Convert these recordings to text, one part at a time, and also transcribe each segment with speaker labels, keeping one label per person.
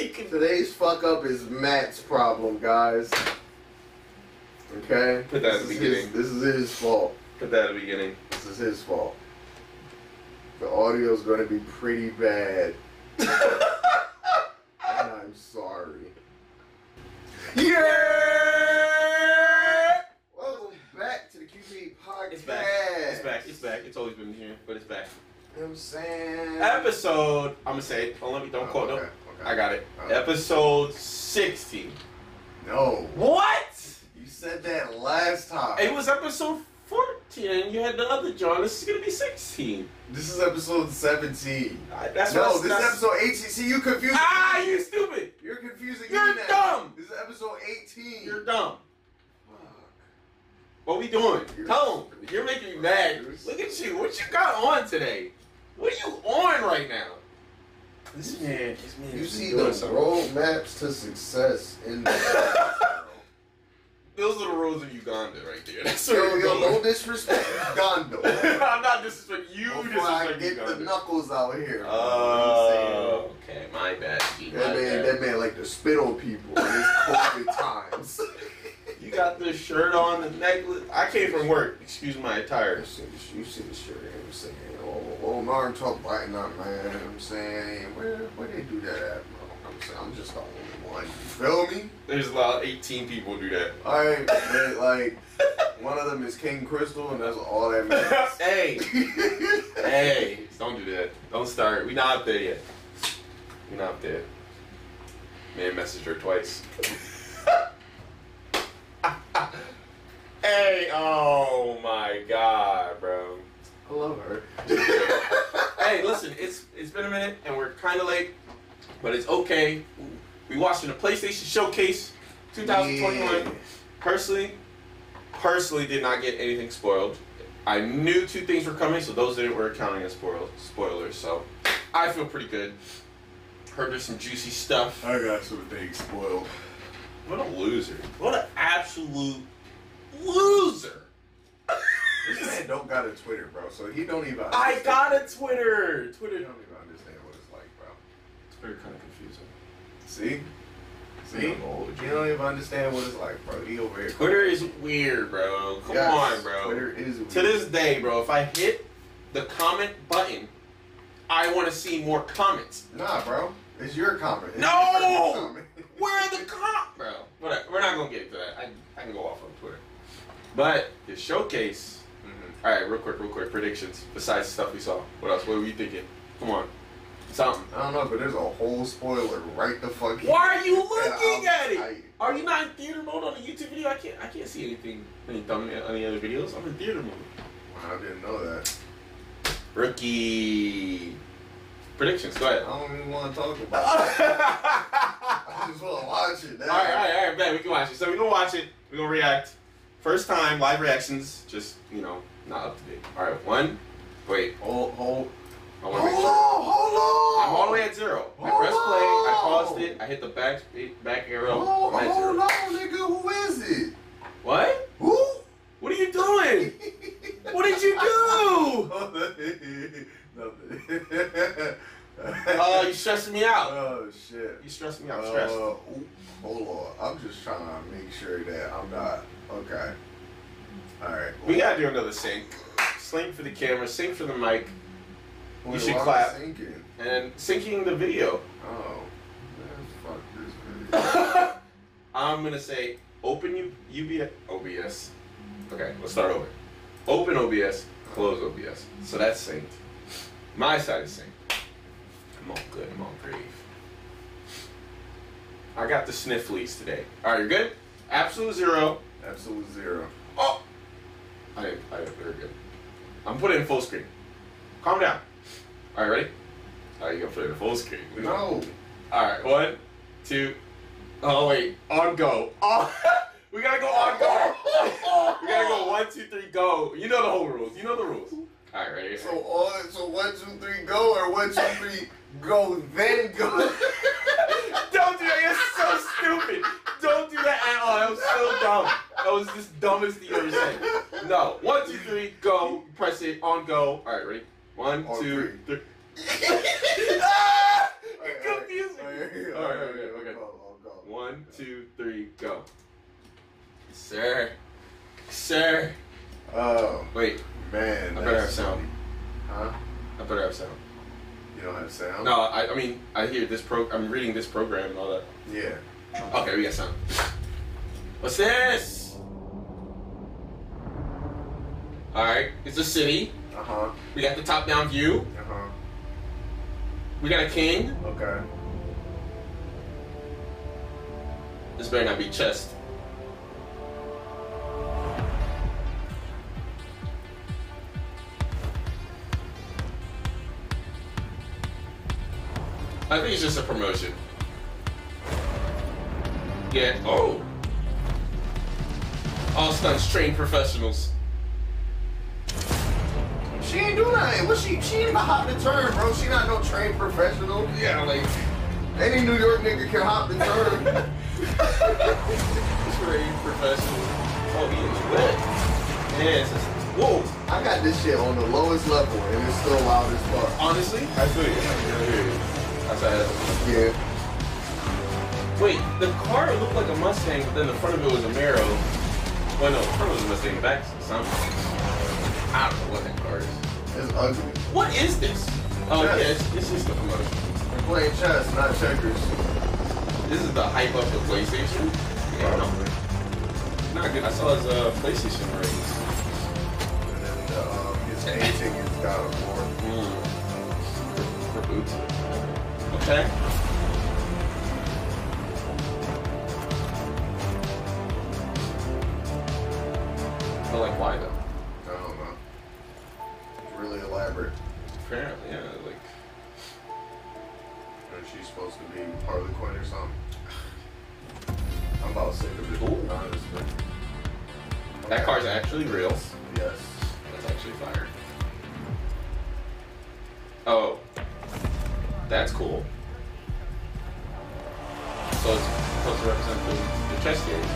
Speaker 1: you can.
Speaker 2: Today's fuck up is Matt's problem, guys. Okay?
Speaker 3: Put that at the
Speaker 2: This is his-
Speaker 3: beginning.
Speaker 2: This is his fault.
Speaker 3: Put that at the beginning.
Speaker 2: This is his fault. The audio's gonna be pretty bad. and I'm sorry.
Speaker 3: Yeah!
Speaker 2: Welcome back to the QB podcast.
Speaker 1: It's back. It's back. It's back.
Speaker 3: It's always been here, but it's back.
Speaker 2: You know what I'm saying?
Speaker 3: Episode. I'm gonna say it. Don't let me. Don't
Speaker 2: Oh,
Speaker 3: quote. No.
Speaker 2: okay, okay.
Speaker 3: I got it.
Speaker 2: Oh.
Speaker 3: Episode 60.
Speaker 2: No.
Speaker 3: What?
Speaker 2: You said that last time.
Speaker 3: It was episode 14. and You had the other John. This is gonna be 16.
Speaker 2: This is episode 17.
Speaker 3: I- That's what.
Speaker 2: no,
Speaker 3: I-
Speaker 2: this
Speaker 3: that's-
Speaker 2: is episode 18. See, you confused.
Speaker 3: Ah, you stupid.
Speaker 2: You're confusing
Speaker 3: You're
Speaker 2: me now.
Speaker 3: dumb.
Speaker 2: This is episode 18.
Speaker 3: You're dumb.
Speaker 2: Fuck.
Speaker 3: What we doing?
Speaker 2: You're-
Speaker 3: Tone, you're making me mad.
Speaker 2: You're-
Speaker 3: Look at you. What you got on today? What are you on right now? This man, this man.
Speaker 2: You
Speaker 3: is
Speaker 2: see
Speaker 3: doing
Speaker 2: the
Speaker 3: something.
Speaker 2: roadmaps to success in the
Speaker 3: Those are the roads of Uganda right there. That's where
Speaker 2: yo,
Speaker 3: we're
Speaker 2: yo,
Speaker 3: going.
Speaker 2: no disrespect, Gondo.
Speaker 3: I'm not disrespecting you.
Speaker 2: Before I
Speaker 3: Disrespecting
Speaker 2: get the
Speaker 3: Uganda.
Speaker 2: knuckles out here.
Speaker 3: Oh,
Speaker 2: Oh,
Speaker 3: okay. My bad. G, my
Speaker 2: that man,
Speaker 3: bad.
Speaker 2: that man like to spit on people in these COVID times.
Speaker 3: You got the shirt on, the necklace. I came from work. Excuse my attire.
Speaker 2: You see this- you see the shirt, you know what I'm saying? Oh, oh, Narn talk biting up, man. You know what I'm saying? Where, where they do that at, bro? I'm saying, I'm just the only one. You feel me?
Speaker 3: There's about 18 people who do that.
Speaker 2: Alright, man, like, one of them is King Crystal, and that's all that matters.
Speaker 3: hey. Hey, don't do that. Don't start. We not up there yet. We not up there. Man messaged her twice. hey, oh my god, bro.
Speaker 2: I love her.
Speaker 3: Hey, listen, it's it's been a minute and we're kinda late, but it's okay. We watching the PlayStation Showcase 2021.
Speaker 2: Yeah.
Speaker 3: Personally, personally did not get anything spoiled. I knew two things were coming, so those that were counting as spoil- spoilers. So I feel pretty good. Heard there's some juicy stuff.
Speaker 2: I got some things spoiled.
Speaker 3: What a loser! What an absolute loser!
Speaker 2: This man don't got a Twitter, bro, so he don't even.
Speaker 3: I
Speaker 2: understand-
Speaker 3: got a Twitter.
Speaker 2: He
Speaker 3: Twitter.
Speaker 2: don't even understand what it's like, bro.
Speaker 3: Twitter kind of confusing.
Speaker 2: See, see, he don't even understand what it's like, bro. He over here.
Speaker 3: Twitter is weird, bro. Come
Speaker 2: Yes,
Speaker 3: on, bro.
Speaker 2: Twitter is weird.
Speaker 3: To this day, bro, if I hit the comment button, I want to see more comments.
Speaker 2: Nah, bro. It's your comment. It's
Speaker 3: No!
Speaker 2: your comment.
Speaker 3: Where are the cop, bro? Whatever. We're not gonna get into that. I, I can go off on Twitter. But the showcase.
Speaker 2: Mhm.
Speaker 3: All right, real quick, real quick. Predictions. Besides the stuff we saw, what else? What were we thinking? Come on, something.
Speaker 2: I don't know, but there's a whole spoiler right the fuck. here.
Speaker 3: Why are you
Speaker 2: And
Speaker 3: looking
Speaker 2: I'm-
Speaker 3: at it?
Speaker 2: I-
Speaker 3: Are you not in theater mode on the YouTube video? I can't. I can't see anything. Any thumbnail? Any other videos? I'm in theater mode.
Speaker 2: I didn't know that.
Speaker 3: Rookie predictions. Go
Speaker 2: I
Speaker 3: ahead.
Speaker 2: don't even want to talk
Speaker 3: all
Speaker 2: about it.
Speaker 3: right,
Speaker 2: I just want to watch it.
Speaker 3: all right, all right. Bet we can watch it. So we gonna watch it. We gonna react. First time live reactions. Just you know, not up to date. All right, one. Wait,
Speaker 2: Hold, hold,
Speaker 3: I
Speaker 2: hold
Speaker 3: want to
Speaker 2: on,
Speaker 3: make sure.
Speaker 2: hold on.
Speaker 3: I'm all the way at zero. I
Speaker 2: Hold
Speaker 3: press play. I paused
Speaker 2: on.
Speaker 3: it. I hit the back back arrow.
Speaker 2: Hold,
Speaker 3: I'm at
Speaker 2: hold
Speaker 3: zero.
Speaker 2: on, nigga. Who is it?
Speaker 3: What?
Speaker 2: Who?
Speaker 3: What are you doing? What did you do?
Speaker 2: Nothing.
Speaker 3: Oh, you stressing me out.
Speaker 2: oh shit.
Speaker 3: You stressed me out.
Speaker 2: Uh,
Speaker 3: Stressed.
Speaker 2: ooh, hold on. I'm just trying to make sure that I'm not okay. All right.
Speaker 3: We gotta do another sync. Sync for the camera. Sync for the mic.
Speaker 2: Wait,
Speaker 3: you should
Speaker 2: why am I
Speaker 3: clap.
Speaker 2: Thinking?
Speaker 3: And syncing the video.
Speaker 2: Oh. Man, fuck this video.
Speaker 3: I'm gonna say open U- UB- OBS. Okay, let's start over. Open OBS, close OBS. So that's synced. My side is synced. I'm all good. I'm all grave. I got the snifflies today. All right, you're good. Absolute zero.
Speaker 2: Absolute zero.
Speaker 3: Oh, I I very good. I'm putting it in full screen. Calm down. All right, ready? All right, you gonna put it in full screen?
Speaker 2: No.
Speaker 3: All right, one, two. Oh wait, on go. Oh, we gotta go on go. we gotta go one, two, three, go. You know the whole rules. You know the rules. All right, ready?
Speaker 2: So all so one two three go or one two three go then go.
Speaker 3: Don't do that. That's so stupid. Don't do that at all. That was so dumb. That was just dumbest thing you ever said. No, one, two, three, go. Press it on go. All right, ready? One,
Speaker 2: On
Speaker 3: two,
Speaker 2: three.
Speaker 3: three. ah! You're
Speaker 2: Alright, alright,
Speaker 3: confusing me.
Speaker 2: there.
Speaker 3: All right, okay, okay.
Speaker 2: Go, go, go.
Speaker 3: One, two, three, go. Sir. Sir.
Speaker 2: Oh
Speaker 3: Wait,
Speaker 2: man,
Speaker 3: I
Speaker 2: that's
Speaker 3: better have sound.
Speaker 2: Huh?
Speaker 3: I better have sound.
Speaker 2: You don't have sound?
Speaker 3: No, I, I mean, I hear this pro. I'm reading this program and all that.
Speaker 2: Yeah.
Speaker 3: Okay, we got sound. What's this? Alright, it's a city.
Speaker 2: Uh huh.
Speaker 3: We got the top down view.
Speaker 2: Uh huh.
Speaker 3: We got a king.
Speaker 2: Okay.
Speaker 3: This better not be chest. I think it's just a promotion. Yeah. Oh. All stunts trained professionals.
Speaker 2: She ain't doing nothing. What she? She ain't about hopping the turn, bro. She not no trained professional.
Speaker 3: Yeah, like.
Speaker 2: Any New York nigga can hop the turn.
Speaker 3: trained professionals. Oh, he is wet. Yeah, it's just, whoa.
Speaker 2: I got this shit on the lowest level, and it's still loud as fuck.
Speaker 3: Honestly, I feel you. I feel you. That's how
Speaker 2: Yeah.
Speaker 3: Wait, the car looked like a Mustang, but then the front of it was a Mero. Well, no, the front was a Mustang, back something. I don't know what that car is.
Speaker 2: It's ugly.
Speaker 3: What is this? Oh yeah,
Speaker 2: Chess.
Speaker 3: it's, it's just the promotion.
Speaker 2: We're playing chess, not checkers.
Speaker 3: This is the hype of the PlayStation. Yeah, no. Not good. I saw his uh, PlayStation ratings.
Speaker 2: And then the, um, his aging is God of War.
Speaker 3: Mm. Reboot. Okay. But like, why though?
Speaker 2: I don't know. It's really elaborate.
Speaker 3: Apparently, yeah. Like.
Speaker 2: And she's supposed to be Harley Quinn or something. I'm about sick of it,
Speaker 3: Ooh.
Speaker 2: honestly.
Speaker 3: That car's actually real.
Speaker 2: Yes.
Speaker 3: That's actually fire. Oh. That's cool. So it's supposed to represent the, the chess game.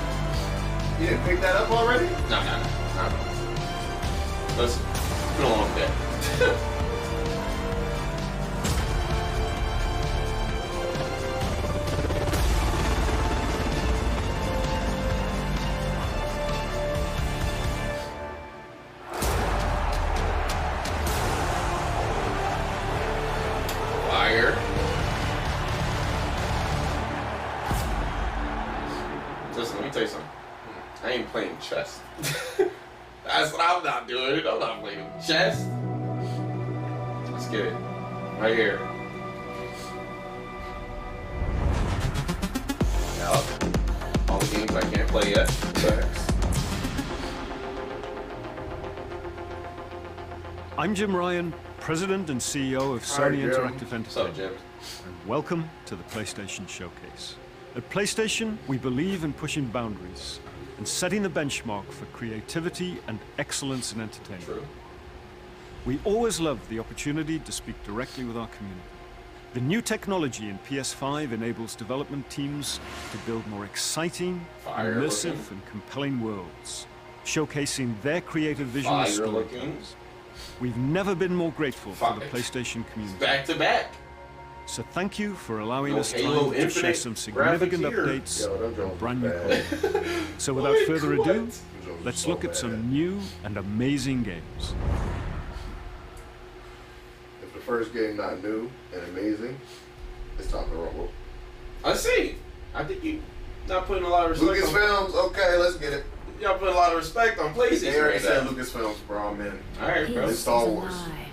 Speaker 2: You didn't pick that up already?
Speaker 3: No, no, no. Not at all. Listen, it's been a long day. Fire. Listen, let me tell you something. I ain't playing chess. That's what I'm not doing. I'm not playing chess. Let's get it. Right here. Yup. All the games I can't play yet.
Speaker 2: Facts.
Speaker 4: I'm Jim Ryan, President and CEO of
Speaker 2: Hi,
Speaker 4: Sony
Speaker 2: Jim.
Speaker 4: Interactive
Speaker 3: What's up,
Speaker 4: Entertainment.
Speaker 3: Jim?
Speaker 4: and welcome to the PlayStation Showcase. At PlayStation, we believe in pushing boundaries and setting the benchmark for creativity and excellence in entertainment.
Speaker 3: True.
Speaker 4: We always love the opportunity to speak directly with our community. The new technology in PS5 enables development teams to build more exciting,
Speaker 3: Fire
Speaker 4: immersive,
Speaker 3: looking.
Speaker 4: and compelling worlds, showcasing their creative vision
Speaker 3: Fire
Speaker 4: as
Speaker 3: looking.
Speaker 4: storytellers. We've never been more grateful for the
Speaker 3: Fire.
Speaker 4: PlayStation community.
Speaker 3: Back to back.
Speaker 4: So thank you for allowing
Speaker 3: No
Speaker 4: us
Speaker 3: Halo
Speaker 4: time to share
Speaker 3: Infinite
Speaker 4: some
Speaker 3: graphics
Speaker 4: significant
Speaker 3: here.
Speaker 4: updates
Speaker 2: Yo, them
Speaker 4: and
Speaker 2: drones
Speaker 4: brand new
Speaker 2: bad.
Speaker 4: content. So without
Speaker 3: Wait,
Speaker 4: further
Speaker 3: what?
Speaker 4: ado,
Speaker 2: Them drones
Speaker 4: let's
Speaker 2: so
Speaker 4: look at
Speaker 2: bad.
Speaker 4: some new and amazing games.
Speaker 2: If the first game not new and amazing, it's time to rumble.
Speaker 3: I see. I think you not putting a lot of respect. On,
Speaker 2: Lucasfilms, okay, let's get it.
Speaker 3: y'all putting a lot of respect on
Speaker 2: They already
Speaker 3: PlayStation.
Speaker 2: said
Speaker 3: Right
Speaker 2: Lucasfilms, bro. I'm in.
Speaker 3: now. All right, bro.
Speaker 2: It's
Speaker 5: This
Speaker 2: Star
Speaker 5: is a
Speaker 2: Wars.
Speaker 5: lie.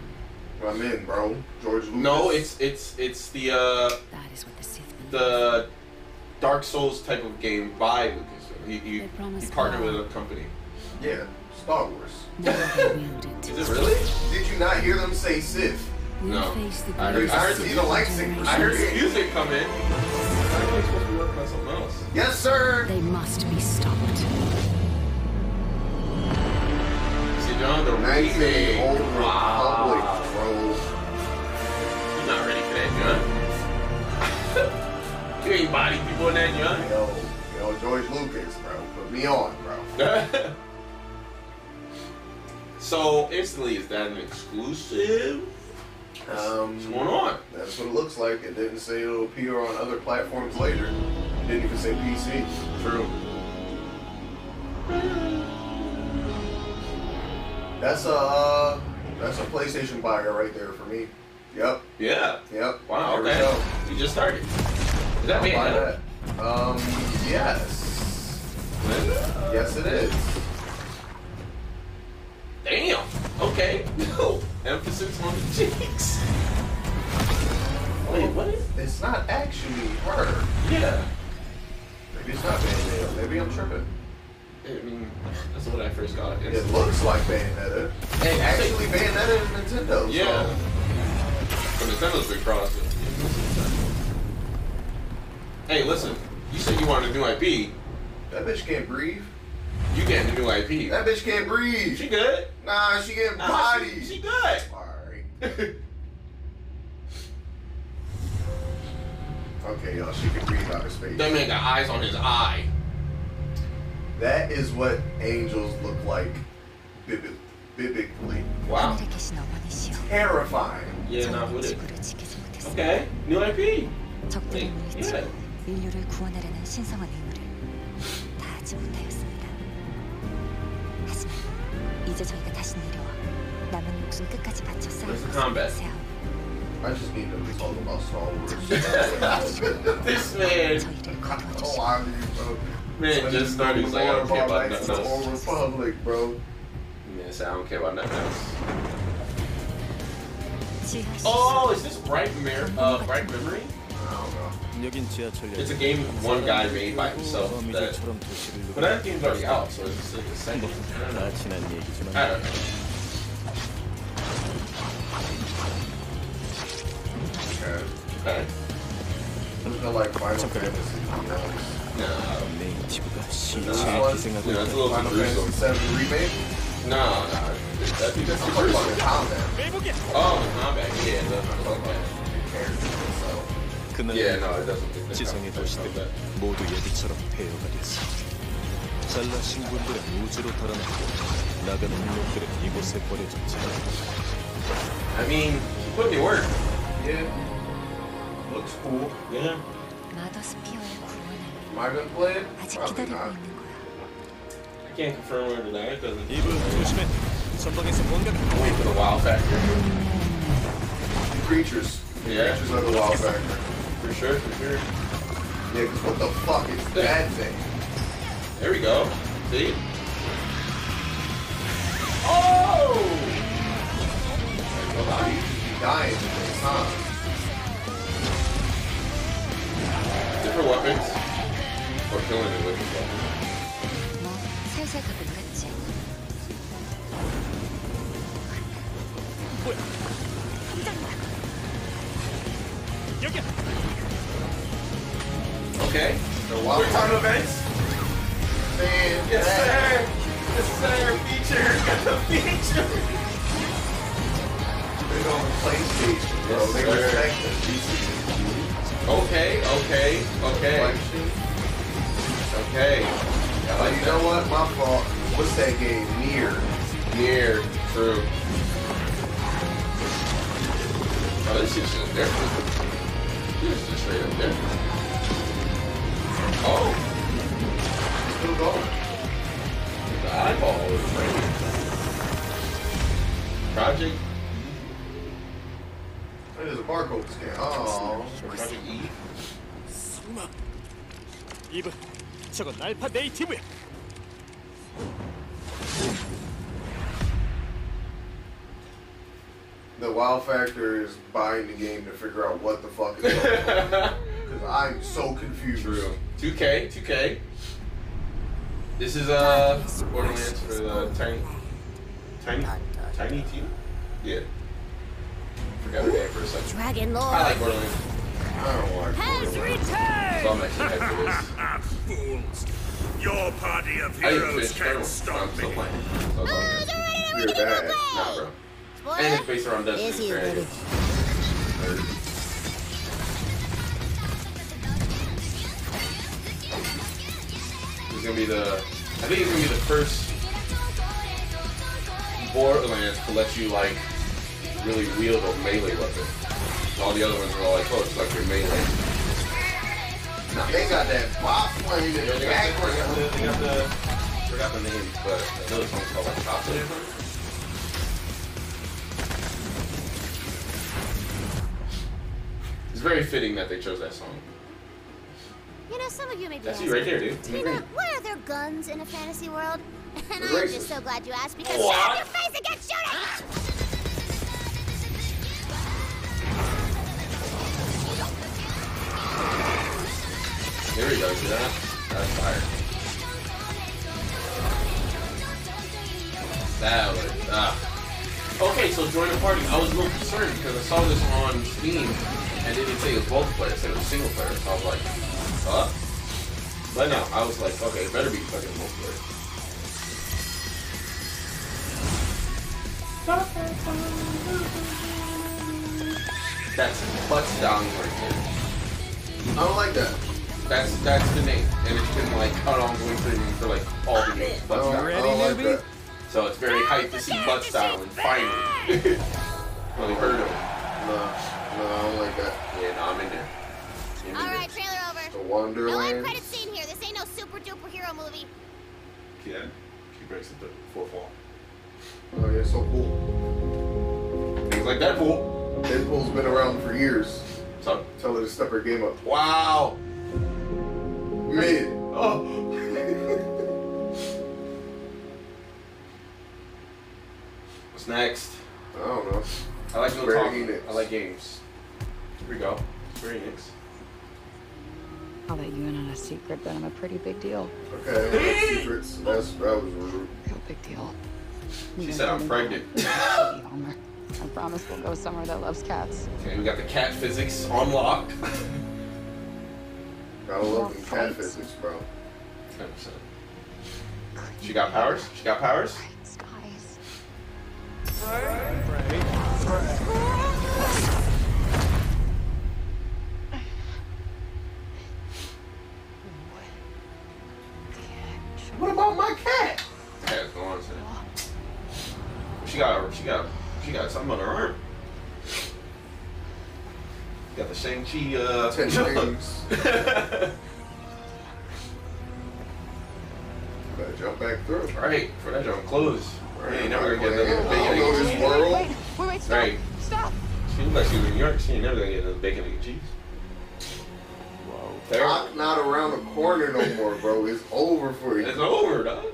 Speaker 2: I'm in, bro. George Lucas.
Speaker 3: No, it's it's it's the uh
Speaker 5: That is what the Sith believe.
Speaker 3: the Dark Souls type of game by Lucasfilm. He, he,
Speaker 5: They
Speaker 3: he
Speaker 5: promised
Speaker 3: partnered
Speaker 5: power.
Speaker 3: with a company.
Speaker 2: yeah, Star Wars.
Speaker 5: Now they wield it.
Speaker 3: Is it really?
Speaker 2: Did you not hear them say Sith?
Speaker 5: We
Speaker 3: No.
Speaker 5: face the
Speaker 3: I heard- I heard
Speaker 5: greatest
Speaker 3: the
Speaker 5: evil
Speaker 2: lightsaber.
Speaker 3: I heard
Speaker 5: generations.
Speaker 3: the music come in. I think we're supposed to be working on something else.
Speaker 2: Yes, sir.
Speaker 5: They must be stopped.
Speaker 3: See, John, the
Speaker 2: 19
Speaker 3: remake.
Speaker 2: Old Republic,
Speaker 3: Wow.
Speaker 2: bro.
Speaker 3: You're not ready for that, John. you ain't body people in that, John.
Speaker 2: Yo, yo, George Lucas, bro. Put me on, bro.
Speaker 3: so, instantly, is that an exclusive?
Speaker 2: Um,
Speaker 3: What's going on?
Speaker 2: That's what it looks like. It didn't say it'll appear on other platforms later. It didn't even say PC.
Speaker 3: True.
Speaker 2: That's a uh, that's a PlayStation buyer right there for me. Yep,
Speaker 3: Yeah.
Speaker 2: yep.
Speaker 3: Wow.
Speaker 2: There we
Speaker 3: Okay.
Speaker 2: go.
Speaker 3: We just started. Is that
Speaker 2: I'll
Speaker 3: me?
Speaker 2: buy that. Um, yes,
Speaker 3: Linda?
Speaker 2: yes it is.
Speaker 3: Damn. Okay. No. Emphasis on the cheeks. Wait. What is?
Speaker 2: It's not actually her.
Speaker 3: Yeah.
Speaker 2: Maybe it's not Bayonetta. Maybe I'm tripping.
Speaker 3: I mean, that's what I first got.
Speaker 2: It looks like Bayonetta. And actually, Bayonetta is Nintendo.
Speaker 3: Yeah.
Speaker 2: So.
Speaker 3: But Nintendo's been crossing. Hey, listen. You said you wanted a new IP. You
Speaker 2: That bitch can't breathe.
Speaker 3: getting a new IP?
Speaker 2: That bitch can't breathe.
Speaker 3: She good?
Speaker 2: nah, she getting
Speaker 3: Nah,
Speaker 2: bodied.
Speaker 3: she, she good.
Speaker 2: Alright.
Speaker 3: That's
Speaker 2: Okay, y'all, she can breathe out of space.
Speaker 3: That man got eyes on his eye.
Speaker 2: That is what angels look like bibi- biblically.
Speaker 3: Wow.
Speaker 5: 歴史の真似しよ
Speaker 2: Terrifying.
Speaker 5: う
Speaker 3: Yeah, not
Speaker 5: そんな
Speaker 3: with
Speaker 5: チ
Speaker 3: it.
Speaker 5: クルチキそうです
Speaker 3: Okay, new IP.
Speaker 5: 적들의물리치고
Speaker 3: 예.
Speaker 5: 인류를 구원하려는 신성한 의무를 다하지 못하였습니다. 하지만 이제 저희가 다시 내려와 남은 목숨 끝까지 바쳐 싸우는
Speaker 3: Where's the
Speaker 5: 것을
Speaker 3: combat?
Speaker 5: 맹세하오.
Speaker 2: I just need to talk about Star Wars.
Speaker 5: 정리를
Speaker 3: This man,
Speaker 5: 저희를 거두어
Speaker 2: oh, I mean, bro.
Speaker 5: 주시고
Speaker 3: man just started. He's like, I don't care about nothing
Speaker 2: The
Speaker 3: else.
Speaker 2: whole Republic, bro.
Speaker 3: Man said, I don't care about nothing else.
Speaker 5: 지하
Speaker 3: Oh, is this Bright Mir- uh, Bright Memory?
Speaker 6: 여긴 지하철역.
Speaker 3: It's a game one guy made by himself. That,
Speaker 6: 거미줄처럼 도시를
Speaker 3: but that game's already out, so it's just like the second. I don't know.
Speaker 6: 나친한 얘기지만
Speaker 3: I don't know.
Speaker 2: Okay.
Speaker 3: Okay.
Speaker 2: Look at like Final Fantasy. you know.
Speaker 3: No,
Speaker 6: 내 지구가
Speaker 2: one,
Speaker 6: 시체의 생각을
Speaker 3: yeah, it's a little
Speaker 2: Final
Speaker 3: confusing.
Speaker 2: Fantasy VII Remake?
Speaker 3: No, no. That'd be that's
Speaker 2: I'm
Speaker 3: the first
Speaker 2: talking about
Speaker 3: one.
Speaker 2: the combat.
Speaker 3: Oh, the combat. Yeah, it doesn't look like
Speaker 2: characters itself.
Speaker 3: that.
Speaker 6: 그는
Speaker 3: Yeah, no, it doesn't look like
Speaker 6: 지성의 도시들
Speaker 3: that.
Speaker 6: 모두 예비처럼 폐허가 됐어. 잘라 신군들은 우주로 달아나고 나가는 인력들은 이곳에 버려졌지.
Speaker 3: I mean, he put in the work.
Speaker 2: Yeah. Looks cool.
Speaker 3: Yeah.
Speaker 5: 마더스피어의 구원을
Speaker 2: Am I gonna play it?
Speaker 5: 아직
Speaker 2: Probably
Speaker 5: 기다리고
Speaker 2: not.
Speaker 5: 있는 거야.
Speaker 3: I can't confirm or deny. It doesn't.
Speaker 6: 이브 조심해. 전방에서 뭔가가
Speaker 3: Wait for the wow factor.
Speaker 2: Creatures.
Speaker 3: Yeah.
Speaker 2: Creatures of the Wild Factor.
Speaker 3: For sure, for sure.
Speaker 2: Yeah, 'cause what the fuck is that thing?
Speaker 3: There we go. See? Oh!
Speaker 2: Well, how do you keep dying to this, huh?
Speaker 3: Different weapons. Or killing it with his
Speaker 5: 뭐 살살 가고 있겠지.
Speaker 3: weapon. Okay.
Speaker 2: The
Speaker 3: Wow.
Speaker 2: Wild
Speaker 3: Quick time events.
Speaker 2: Man,
Speaker 3: Yes,
Speaker 2: that-
Speaker 3: sir. Yes, sir. Feature. Got the feature.
Speaker 2: They don't play station, bro.
Speaker 3: Yes,
Speaker 2: they
Speaker 3: sir.
Speaker 2: respect the PC.
Speaker 3: Okay, okay, okay.
Speaker 2: Like shit.
Speaker 3: Okay. I
Speaker 2: Like,
Speaker 3: like
Speaker 2: you
Speaker 3: that.
Speaker 2: know what? My fault. What's that game? Near.
Speaker 3: Near. True. Oh, this shit's just different. This is just straight up different. Oh.
Speaker 2: Still going.
Speaker 3: The eyeball is crazy. Project
Speaker 2: That is a barcode scan. Oh.
Speaker 3: Project E.
Speaker 6: 설마. 이브 저건 알파 네이티브야.
Speaker 2: The wow factor is buying the game to figure out what the fuck is going on. Because I'm so confused.
Speaker 3: True. 2K, 2K. This is uh Borderlands for the tiny Tiny Tiny team? Yeah. Forgot her name for a second.
Speaker 5: Dragon
Speaker 3: I
Speaker 5: Lord
Speaker 3: like Borderlands.
Speaker 2: I don't like
Speaker 5: has returned.
Speaker 3: So I'm actually hyped for this.
Speaker 7: Ah, fools! Your party of
Speaker 3: I didn't
Speaker 7: heroes
Speaker 3: finish the third
Speaker 7: can't
Speaker 3: one.
Speaker 7: stop
Speaker 3: I'm
Speaker 7: me.
Speaker 3: still playing. So it's all good.
Speaker 2: You're bad.
Speaker 3: Nah, bro. And it's based around Destiny. granted. It's gonna be the. I think it's gonna be the first Borderlands to let you like really wield a melee weapon. All the other ones are all like, oh, it's like your melee.
Speaker 2: Now, they got that bop playing in
Speaker 3: Yeah, they
Speaker 2: the
Speaker 3: got the,
Speaker 2: background.
Speaker 3: they got the, they got the, forgot the name, but I know this one's called like Chocolate or something. It's very fitting that they chose that song.
Speaker 8: You know, some of you may be
Speaker 3: That's
Speaker 8: asking,
Speaker 3: you right there, dude. In the
Speaker 8: Tina,
Speaker 3: green.
Speaker 8: what are there guns in a fantasy world? And
Speaker 2: They're
Speaker 8: I'm
Speaker 2: racist.
Speaker 8: just so glad you asked because
Speaker 3: What?
Speaker 8: shut your face and get shooting!
Speaker 3: There we go. See that? That's fire. That was ah. Okay, so join the party. I was a little concerned because I saw this on Steam and it didn't say it was multiplayer. It said it was single player. So I was like, huh? But no, I was like, okay, it better be fucking multiplayer. That's butt down right there.
Speaker 2: I don't like that.
Speaker 3: That's that's the name, and it's been like an ongoing thing for like all the games.
Speaker 2: I
Speaker 3: Butt
Speaker 2: don't,
Speaker 3: style.
Speaker 2: I don't like that.
Speaker 3: So it's very hype to see butt style and finally, really heard of it.
Speaker 2: No, no, I don't like that.
Speaker 3: Yeah, no, I'm in there. I'm in there.
Speaker 8: Alright, trailer over.
Speaker 2: The
Speaker 8: No end
Speaker 2: Wonderland.
Speaker 8: credit scene here. This ain't no super duper hero movie.
Speaker 3: Yeah, she breaks the fourth wall.
Speaker 2: Oh, yeah, so cool.
Speaker 3: Things like that, fool.
Speaker 2: Deadpool's been around for years.
Speaker 3: So
Speaker 2: Tell her to step her game up.
Speaker 3: wow.
Speaker 2: Mid.
Speaker 3: Oh, what's next?
Speaker 2: I don't know.
Speaker 3: I like no
Speaker 2: Square
Speaker 3: talking.
Speaker 2: Enix.
Speaker 3: I like games. Here we go. Very Enix.
Speaker 9: I'll let you in on a secret, but I'm a pretty big deal.
Speaker 2: Okay, well, secrets. That's, that was rude.
Speaker 9: Real big deal.
Speaker 3: She said
Speaker 5: Mm-hmm.
Speaker 3: I'm pregnant.
Speaker 9: Elmer, I promise we'll go somewhere that loves cats.
Speaker 3: Okay, we got the cat physics on lock.
Speaker 2: Gotta love them cat physics, bro.
Speaker 3: 10%. She got powers. She got powers.
Speaker 9: Skies.
Speaker 3: What about my cat? Cat's gone. So. She got. She got. She got something on her arm. Got the Shang Chi. Uh,
Speaker 2: Ten things. Better jump back through.
Speaker 3: All right, for that jump close. All right, never gonna get
Speaker 2: Yeah,
Speaker 3: another
Speaker 2: I
Speaker 3: bacon
Speaker 2: don't know
Speaker 3: and
Speaker 2: this
Speaker 3: cheese.
Speaker 2: world.
Speaker 9: Wait, wait,
Speaker 3: All
Speaker 9: stop!
Speaker 3: right,
Speaker 9: Stop!
Speaker 3: she looks like she was in New York. She ain't never gonna get another bacon and cheese. Wow. There.
Speaker 2: Not, not around the corner no more, bro. It's over for
Speaker 3: It's
Speaker 2: you.
Speaker 3: over, dog.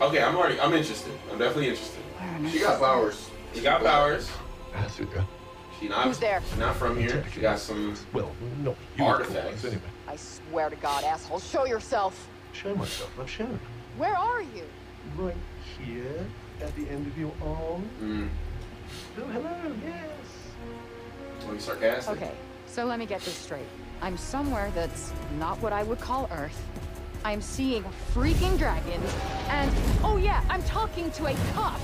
Speaker 3: Okay, I'm already. I'm interested. I'm definitely interested.
Speaker 9: Where on
Speaker 2: She
Speaker 9: earth?
Speaker 2: got powers.
Speaker 3: She got powers.
Speaker 10: Asuka.
Speaker 3: She not,
Speaker 9: Who's there?
Speaker 3: She not from here. She got some.
Speaker 10: Well, not you.
Speaker 3: Artifacts.
Speaker 10: of course, Anyway,
Speaker 9: I swear to God, asshole, show yourself!
Speaker 10: show myself. I've shown.
Speaker 9: Where are you?
Speaker 10: Right here, at the end of your arm.
Speaker 3: Mm,
Speaker 10: Oh, hello. Yes.
Speaker 3: are you sarcastic?
Speaker 9: Okay, so let me get this straight. I'm somewhere that's not what I would call Earth. I'm seeing freaking dragons, and oh yeah, I'm talking to a cop!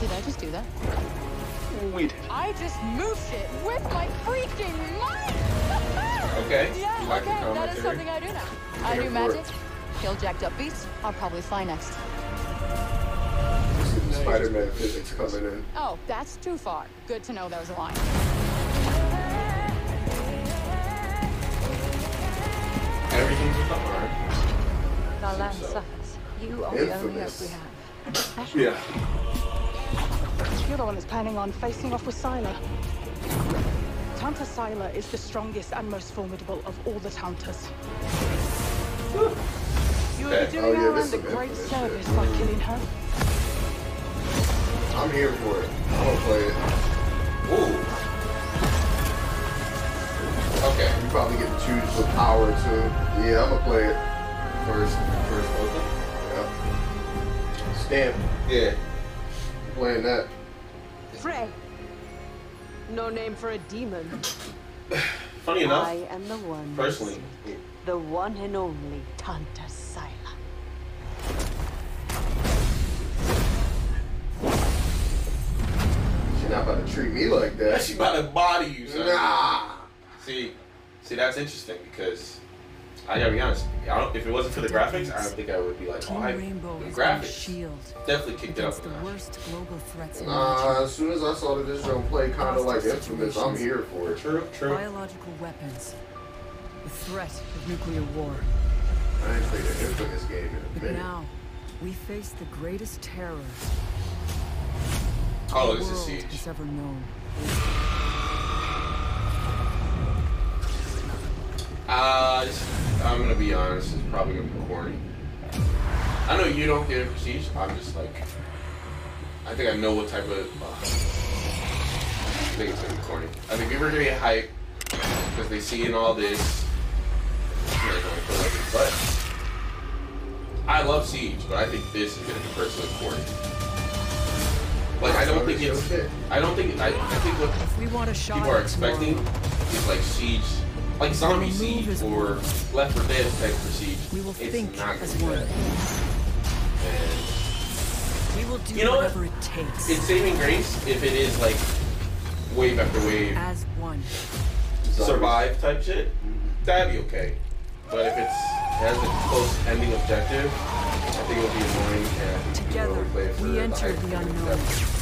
Speaker 9: Did I just do that?
Speaker 10: We did.
Speaker 9: I just moved it with my freaking mind!
Speaker 3: Okay. You
Speaker 9: Yeah,
Speaker 3: like the
Speaker 9: okay, that
Speaker 3: commentary?
Speaker 9: is something I do now. I
Speaker 3: Here
Speaker 9: do
Speaker 3: for it.
Speaker 9: magic, kill jacked up beasts. I'll probably fly next.
Speaker 2: Spider-Man physics coming in.
Speaker 9: Oh, that's too far. Good to know there was a line.
Speaker 3: Everything's with the arm.
Speaker 9: Our land
Speaker 3: So-
Speaker 9: suffers. You are the only hope we
Speaker 2: Infamous.
Speaker 9: have.
Speaker 3: Yeah.
Speaker 11: You're the one that's planning on facing off with Scylla. Tanta Scylla is the strongest and most formidable of all the Tantas. You
Speaker 3: Okay.
Speaker 11: are doing
Speaker 2: Oh, yeah,
Speaker 11: our
Speaker 2: this
Speaker 11: land a
Speaker 2: is
Speaker 11: great
Speaker 2: infamous,
Speaker 11: service by killing her.
Speaker 2: I'm here for it. I'm gonna play it.
Speaker 3: Ooh. Okay.
Speaker 2: You probably get to choose the power too. Yeah, I'm gonna play it first.
Speaker 3: First open.
Speaker 2: Yeah. Stamp.
Speaker 3: Yeah.
Speaker 2: Playing that.
Speaker 11: Frey. No name for a demon.
Speaker 3: Funny enough,
Speaker 11: am the one.
Speaker 3: personally,
Speaker 11: The one and only Tanta Scylla.
Speaker 2: She's not about to treat me like that.
Speaker 3: she about to body you. Son.
Speaker 2: Nah.
Speaker 3: See, see, that's interesting because I gotta be honest. I don't, if it wasn't for the graphics, I don't think I would be like, oh, I, the graphics definitely kicked it up. a notch.
Speaker 2: Nah, as soon as I saw that this joint played kind of like Infamous, I'm here for it.
Speaker 3: True,
Speaker 12: Biological weapons. The threat of nuclear war.
Speaker 2: I ain't played an Infamous game in a
Speaker 12: But
Speaker 2: minute.
Speaker 12: now, we face the greatest terror
Speaker 3: Oh,
Speaker 12: the
Speaker 3: this is
Speaker 12: world
Speaker 3: Siege.
Speaker 12: has ever known.
Speaker 3: Uh, this- I'm gonna be honest. It's probably gonna be corny. I know you don't get it, Prestige. I'm just like, I think I know what type of. Uh, I think it's gonna be corny. I think people are gonna get hype because they see in all this. and they're gonna feel like it. But I love Siege, but I think this is gonna be personally corny. Like I don't think it's. I don't think I. I think what
Speaker 12: If we want a shot
Speaker 3: people are
Speaker 12: at tomorrow,
Speaker 3: expecting is like siege, like zombie siege or Left 4 Dead type of siege.
Speaker 12: We will
Speaker 3: it's
Speaker 12: think
Speaker 3: not
Speaker 12: as
Speaker 3: gonna be
Speaker 12: one.
Speaker 3: that. And
Speaker 12: we will do
Speaker 3: You know what?
Speaker 12: whatever it takes.
Speaker 3: it's saving grace if it is like wave after wave
Speaker 12: As one.
Speaker 3: survive type shit. That'd be okay. But if it's it has a close ending objective, I think it'll be annoying. And I think people will
Speaker 12: Together,
Speaker 3: play it for
Speaker 12: we
Speaker 3: the
Speaker 12: enter
Speaker 3: hype
Speaker 12: the
Speaker 3: and
Speaker 12: unknown.
Speaker 3: stuff.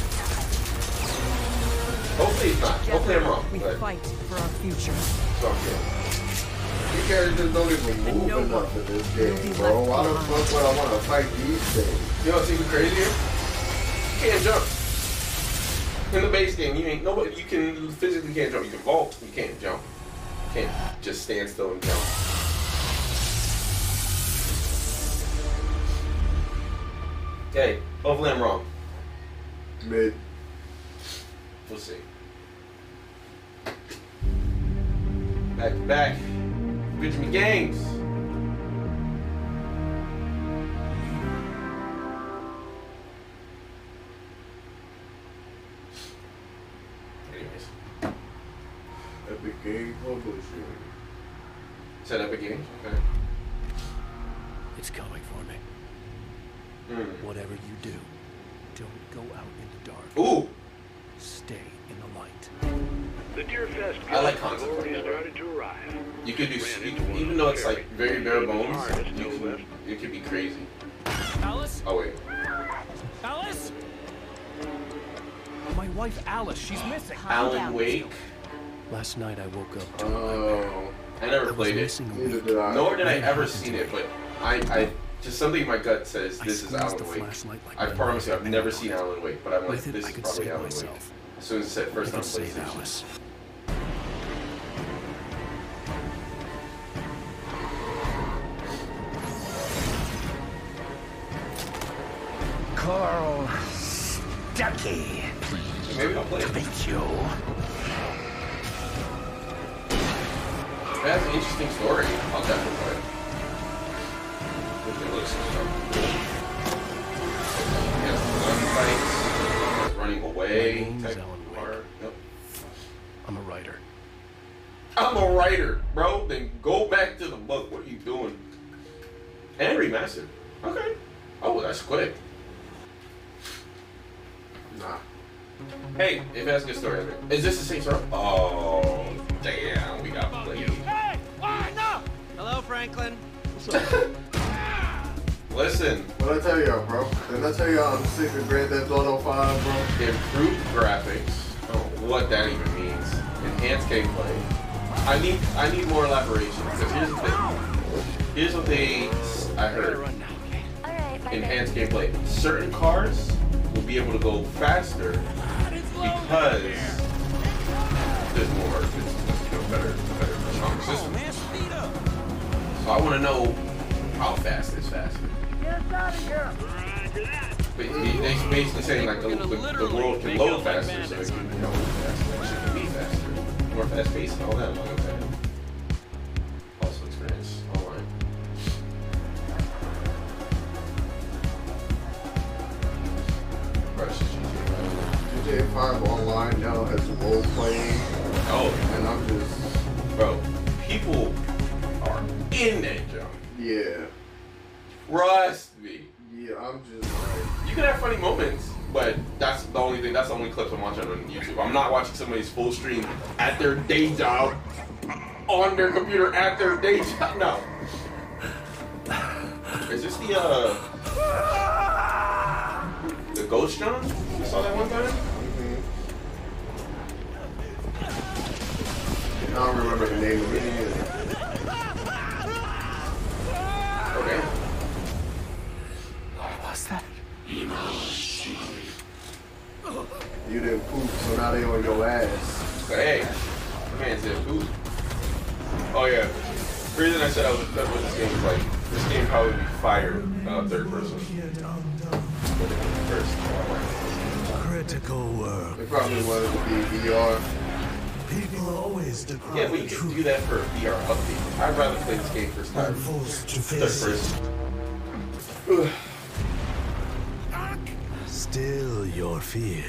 Speaker 3: Hopefully it's not. Hopefully I'm wrong.
Speaker 12: We
Speaker 3: But
Speaker 12: fight for our future.
Speaker 3: it's okay.
Speaker 2: These characters don't even move enough in this game, bro. Why the fuck would I want to fight these things?
Speaker 3: You know what's even crazier? You can't jump. In the base game, you ain't nobody. You can you physically can't jump. You can vault. You can't jump. You can't just stand still and jump. Okay, hopefully I'm wrong.
Speaker 2: Mid.
Speaker 3: We'll see. Back to back. Benjamin Games. Anyways,
Speaker 2: Epic Game Publishing.
Speaker 3: is that Epic Games? Okay.
Speaker 13: It's coming for me. Whatever you do, don't go out in the dark.
Speaker 3: Ooh!
Speaker 13: Stay in the light.
Speaker 7: The Deerfest
Speaker 3: I like
Speaker 7: guests have
Speaker 3: concepts like
Speaker 7: already
Speaker 3: that,
Speaker 7: started to arrive.
Speaker 3: You could do, you could- even though it's like very bare bones, you can, it could be crazy.
Speaker 13: Alice?
Speaker 3: Oh wait,
Speaker 13: Alice? My wife Alice, she's missing.
Speaker 3: Alan Wake.
Speaker 13: Last night I woke up to
Speaker 3: Oh, I never played it.
Speaker 2: Neither did I.
Speaker 3: Nor did I ever seen it, but I, I just something in my gut says this is Alan Wake. I promise you, I've never seen Alan Wake, but I'm like, this is probably Alan Wake. As soon as it said first time PlayStation.
Speaker 14: Carl Stuckey. Please.
Speaker 3: Maybe I'll play
Speaker 14: to meet you.
Speaker 3: That's an interesting story. I'll definitely play it. If it looks interesting. Yes, gun fights, running away. type of horror. Yep.
Speaker 13: I'm a writer.
Speaker 3: I'm a writer, bro. Then go back to the book. What are you doing? And remastered. Okay. Oh, that's quick. Nah. Hey, if that's a good story, is this the same story? Oh, damn, we got played.
Speaker 13: Hey! Why no? Hello, Franklin.
Speaker 3: Listen,
Speaker 2: What I tell y'all, bro? Did I tell y'all I'm sick of Grand Theft Auto 5, bro?
Speaker 3: improved graphics. I don't know what that even means. Enhanced gameplay. I need I need more elaboration because here's the thing. Here's what they I heard. Enhanced gameplay. Certain cars will be able to go faster because there's more. It's, you know, better, better, stronger system. So I want to know how fast is faster. But they- they basically saying like the, the, the world can load faster, so it can you know faster, it can be faster, more fast paced, and all that. I'm like, okay. Also experience online. Versus GTA.
Speaker 2: GTA 5 Online now has role playing.
Speaker 3: Oh,
Speaker 2: and I'm just
Speaker 3: bro, people are in that junk.
Speaker 2: yeah,
Speaker 3: Trust me.
Speaker 2: yeah. I'm just like
Speaker 3: You can have funny moments, but that's the only thing. That's the only clips I'm watching on YouTube. I'm not watching somebody's full stream at their day job on their computer at their day job. No, Is this the uh the ghost John? You saw that one time?
Speaker 2: I don't remember the name of it either.
Speaker 3: Okay.
Speaker 10: What was that?
Speaker 2: You didn't poop, so now they on your ass.
Speaker 3: Hey, that man said food. Oh yeah. The reason I said I was upset with this game is like this game probably would be fire uh, third person. First.
Speaker 14: Critical work.
Speaker 2: It probably was to be E VR.
Speaker 14: People always decry
Speaker 3: Yeah, we could do that for a VR update. I'd rather play this game first time.
Speaker 14: forced to
Speaker 3: Third
Speaker 14: face it.
Speaker 3: person.
Speaker 14: Still your fear.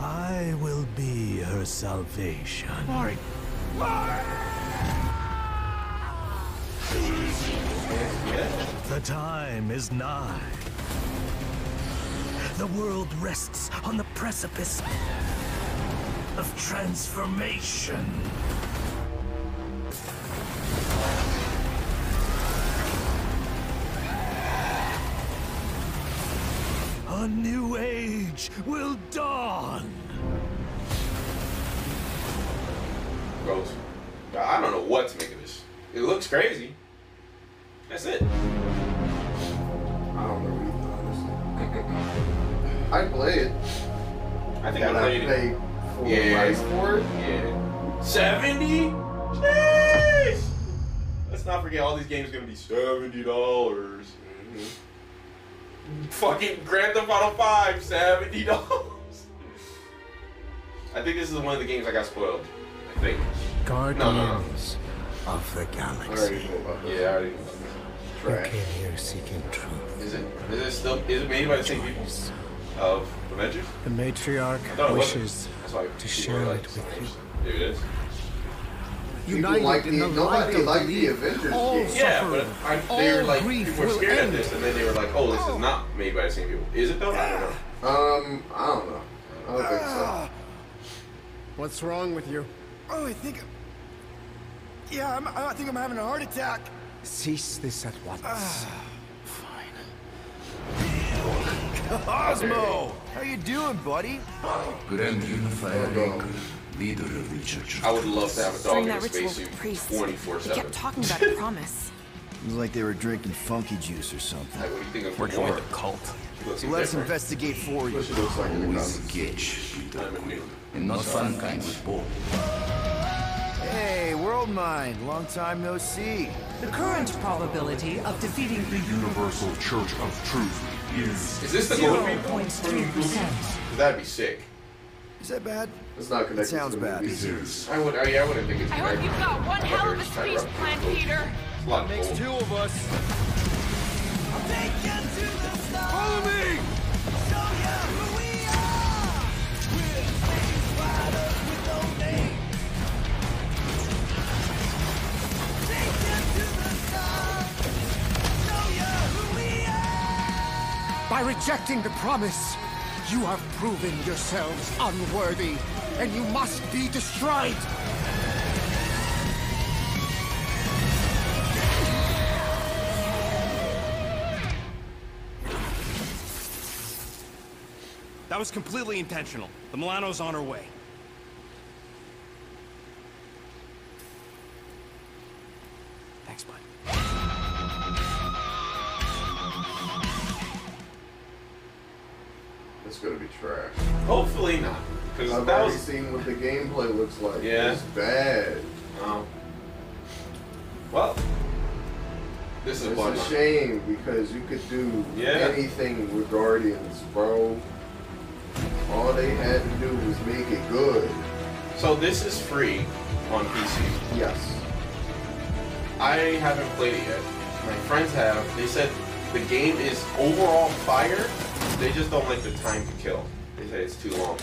Speaker 14: I will be her salvation.
Speaker 13: Mari.
Speaker 14: The time is nigh. The world rests on the precipice of transformation. A new age will dawn.
Speaker 3: Gross. I don't know what to make of this. It looks crazy. That's it.
Speaker 2: I don't know either, honestly. I play it.
Speaker 3: I think
Speaker 2: And
Speaker 3: I played
Speaker 2: pay
Speaker 3: it.
Speaker 2: full
Speaker 3: Yeah.
Speaker 2: price for it.
Speaker 3: Yeah. 70? Jeez! Let's not forget all these games are gonna be seventy dollars.
Speaker 13: Mm-hmm.
Speaker 3: Fucking Grand Theft Auto 5, 70 dollars. I think this is one of the games I got spoiled. I think. No, no, no.
Speaker 13: Guardians of the galaxy.
Speaker 3: Yeah, I already know.
Speaker 13: You came here seeking truth.
Speaker 3: Is it? Is it still? Is it made by the same people of Avengers?
Speaker 13: The matriarch
Speaker 3: I thought it wasn't.
Speaker 13: wishes
Speaker 3: That's why
Speaker 13: to
Speaker 3: people
Speaker 13: share
Speaker 3: are
Speaker 13: it with you.
Speaker 3: Maybe it is.
Speaker 2: People like the, nobody liked the Avengers game.
Speaker 3: Yeah, but I, they were
Speaker 13: all
Speaker 3: like,
Speaker 13: grief
Speaker 3: people were
Speaker 13: will
Speaker 3: scared
Speaker 13: end.
Speaker 3: at this, and then they were like, oh, this is not made by the same people. Is it though? I don't know.
Speaker 2: Um, I don't know. I don't think so.
Speaker 13: What's wrong with you?
Speaker 15: Oh, I think. Yeah, I'm, I think I'm having a heart attack.
Speaker 13: Cease this at once.
Speaker 15: Cosmo, how you doing, buddy?
Speaker 16: Grand Unifier Raker, leader of the Church of
Speaker 3: I would love to have a dog
Speaker 12: During
Speaker 3: in a
Speaker 12: that ritual with
Speaker 3: spacesuit
Speaker 12: the priest,
Speaker 3: 24
Speaker 12: they
Speaker 3: 7.
Speaker 12: kept talking about a promise.
Speaker 15: It was like they were drinking funky juice or something.
Speaker 3: Like, what do you think of
Speaker 15: Working with
Speaker 3: Gamora?
Speaker 15: a cult.
Speaker 3: Looks
Speaker 15: Let's
Speaker 3: different.
Speaker 15: investigate for you.
Speaker 2: She looks like in the
Speaker 16: Always
Speaker 2: comics.
Speaker 16: engage, Peter Quill, and not fun kind with ball.
Speaker 15: Hey, world mind, long time no see.
Speaker 12: The current probability of defeating the
Speaker 16: Universal Church of Truth is.
Speaker 3: Is this the
Speaker 12: Zero
Speaker 3: movie?
Speaker 12: point three percent.
Speaker 3: That'd be sick.
Speaker 15: Is that bad?
Speaker 2: It's not connected.
Speaker 15: It sounds
Speaker 2: to the
Speaker 15: bad.
Speaker 2: movie.
Speaker 3: I would. Oh, yeah, I wouldn't think it's.
Speaker 17: I hope you've got one hell of a speech plan, Peter.
Speaker 3: That makes
Speaker 15: two of us. Follow me!
Speaker 17: By rejecting the promise, you have proven yourselves unworthy, and you must be destroyed.
Speaker 18: That was completely intentional. The Milano's on her way. Thanks, bud.
Speaker 2: It's gonna be trash.
Speaker 3: Hopefully not. Because
Speaker 2: I've
Speaker 3: that
Speaker 2: already
Speaker 3: was.
Speaker 2: seen what the gameplay looks like.
Speaker 3: Yeah.
Speaker 2: It's bad.
Speaker 3: Um, well, this is
Speaker 2: it's
Speaker 3: one.
Speaker 2: a shame because you could do
Speaker 3: Yeah.
Speaker 2: anything with Guardians, bro. All they had to do was make it good.
Speaker 3: So this is free on PC.
Speaker 2: Yes.
Speaker 3: I haven't played it yet. My friends have. They said the game is overall fire. They just don't like the time to kill. They say it's too long.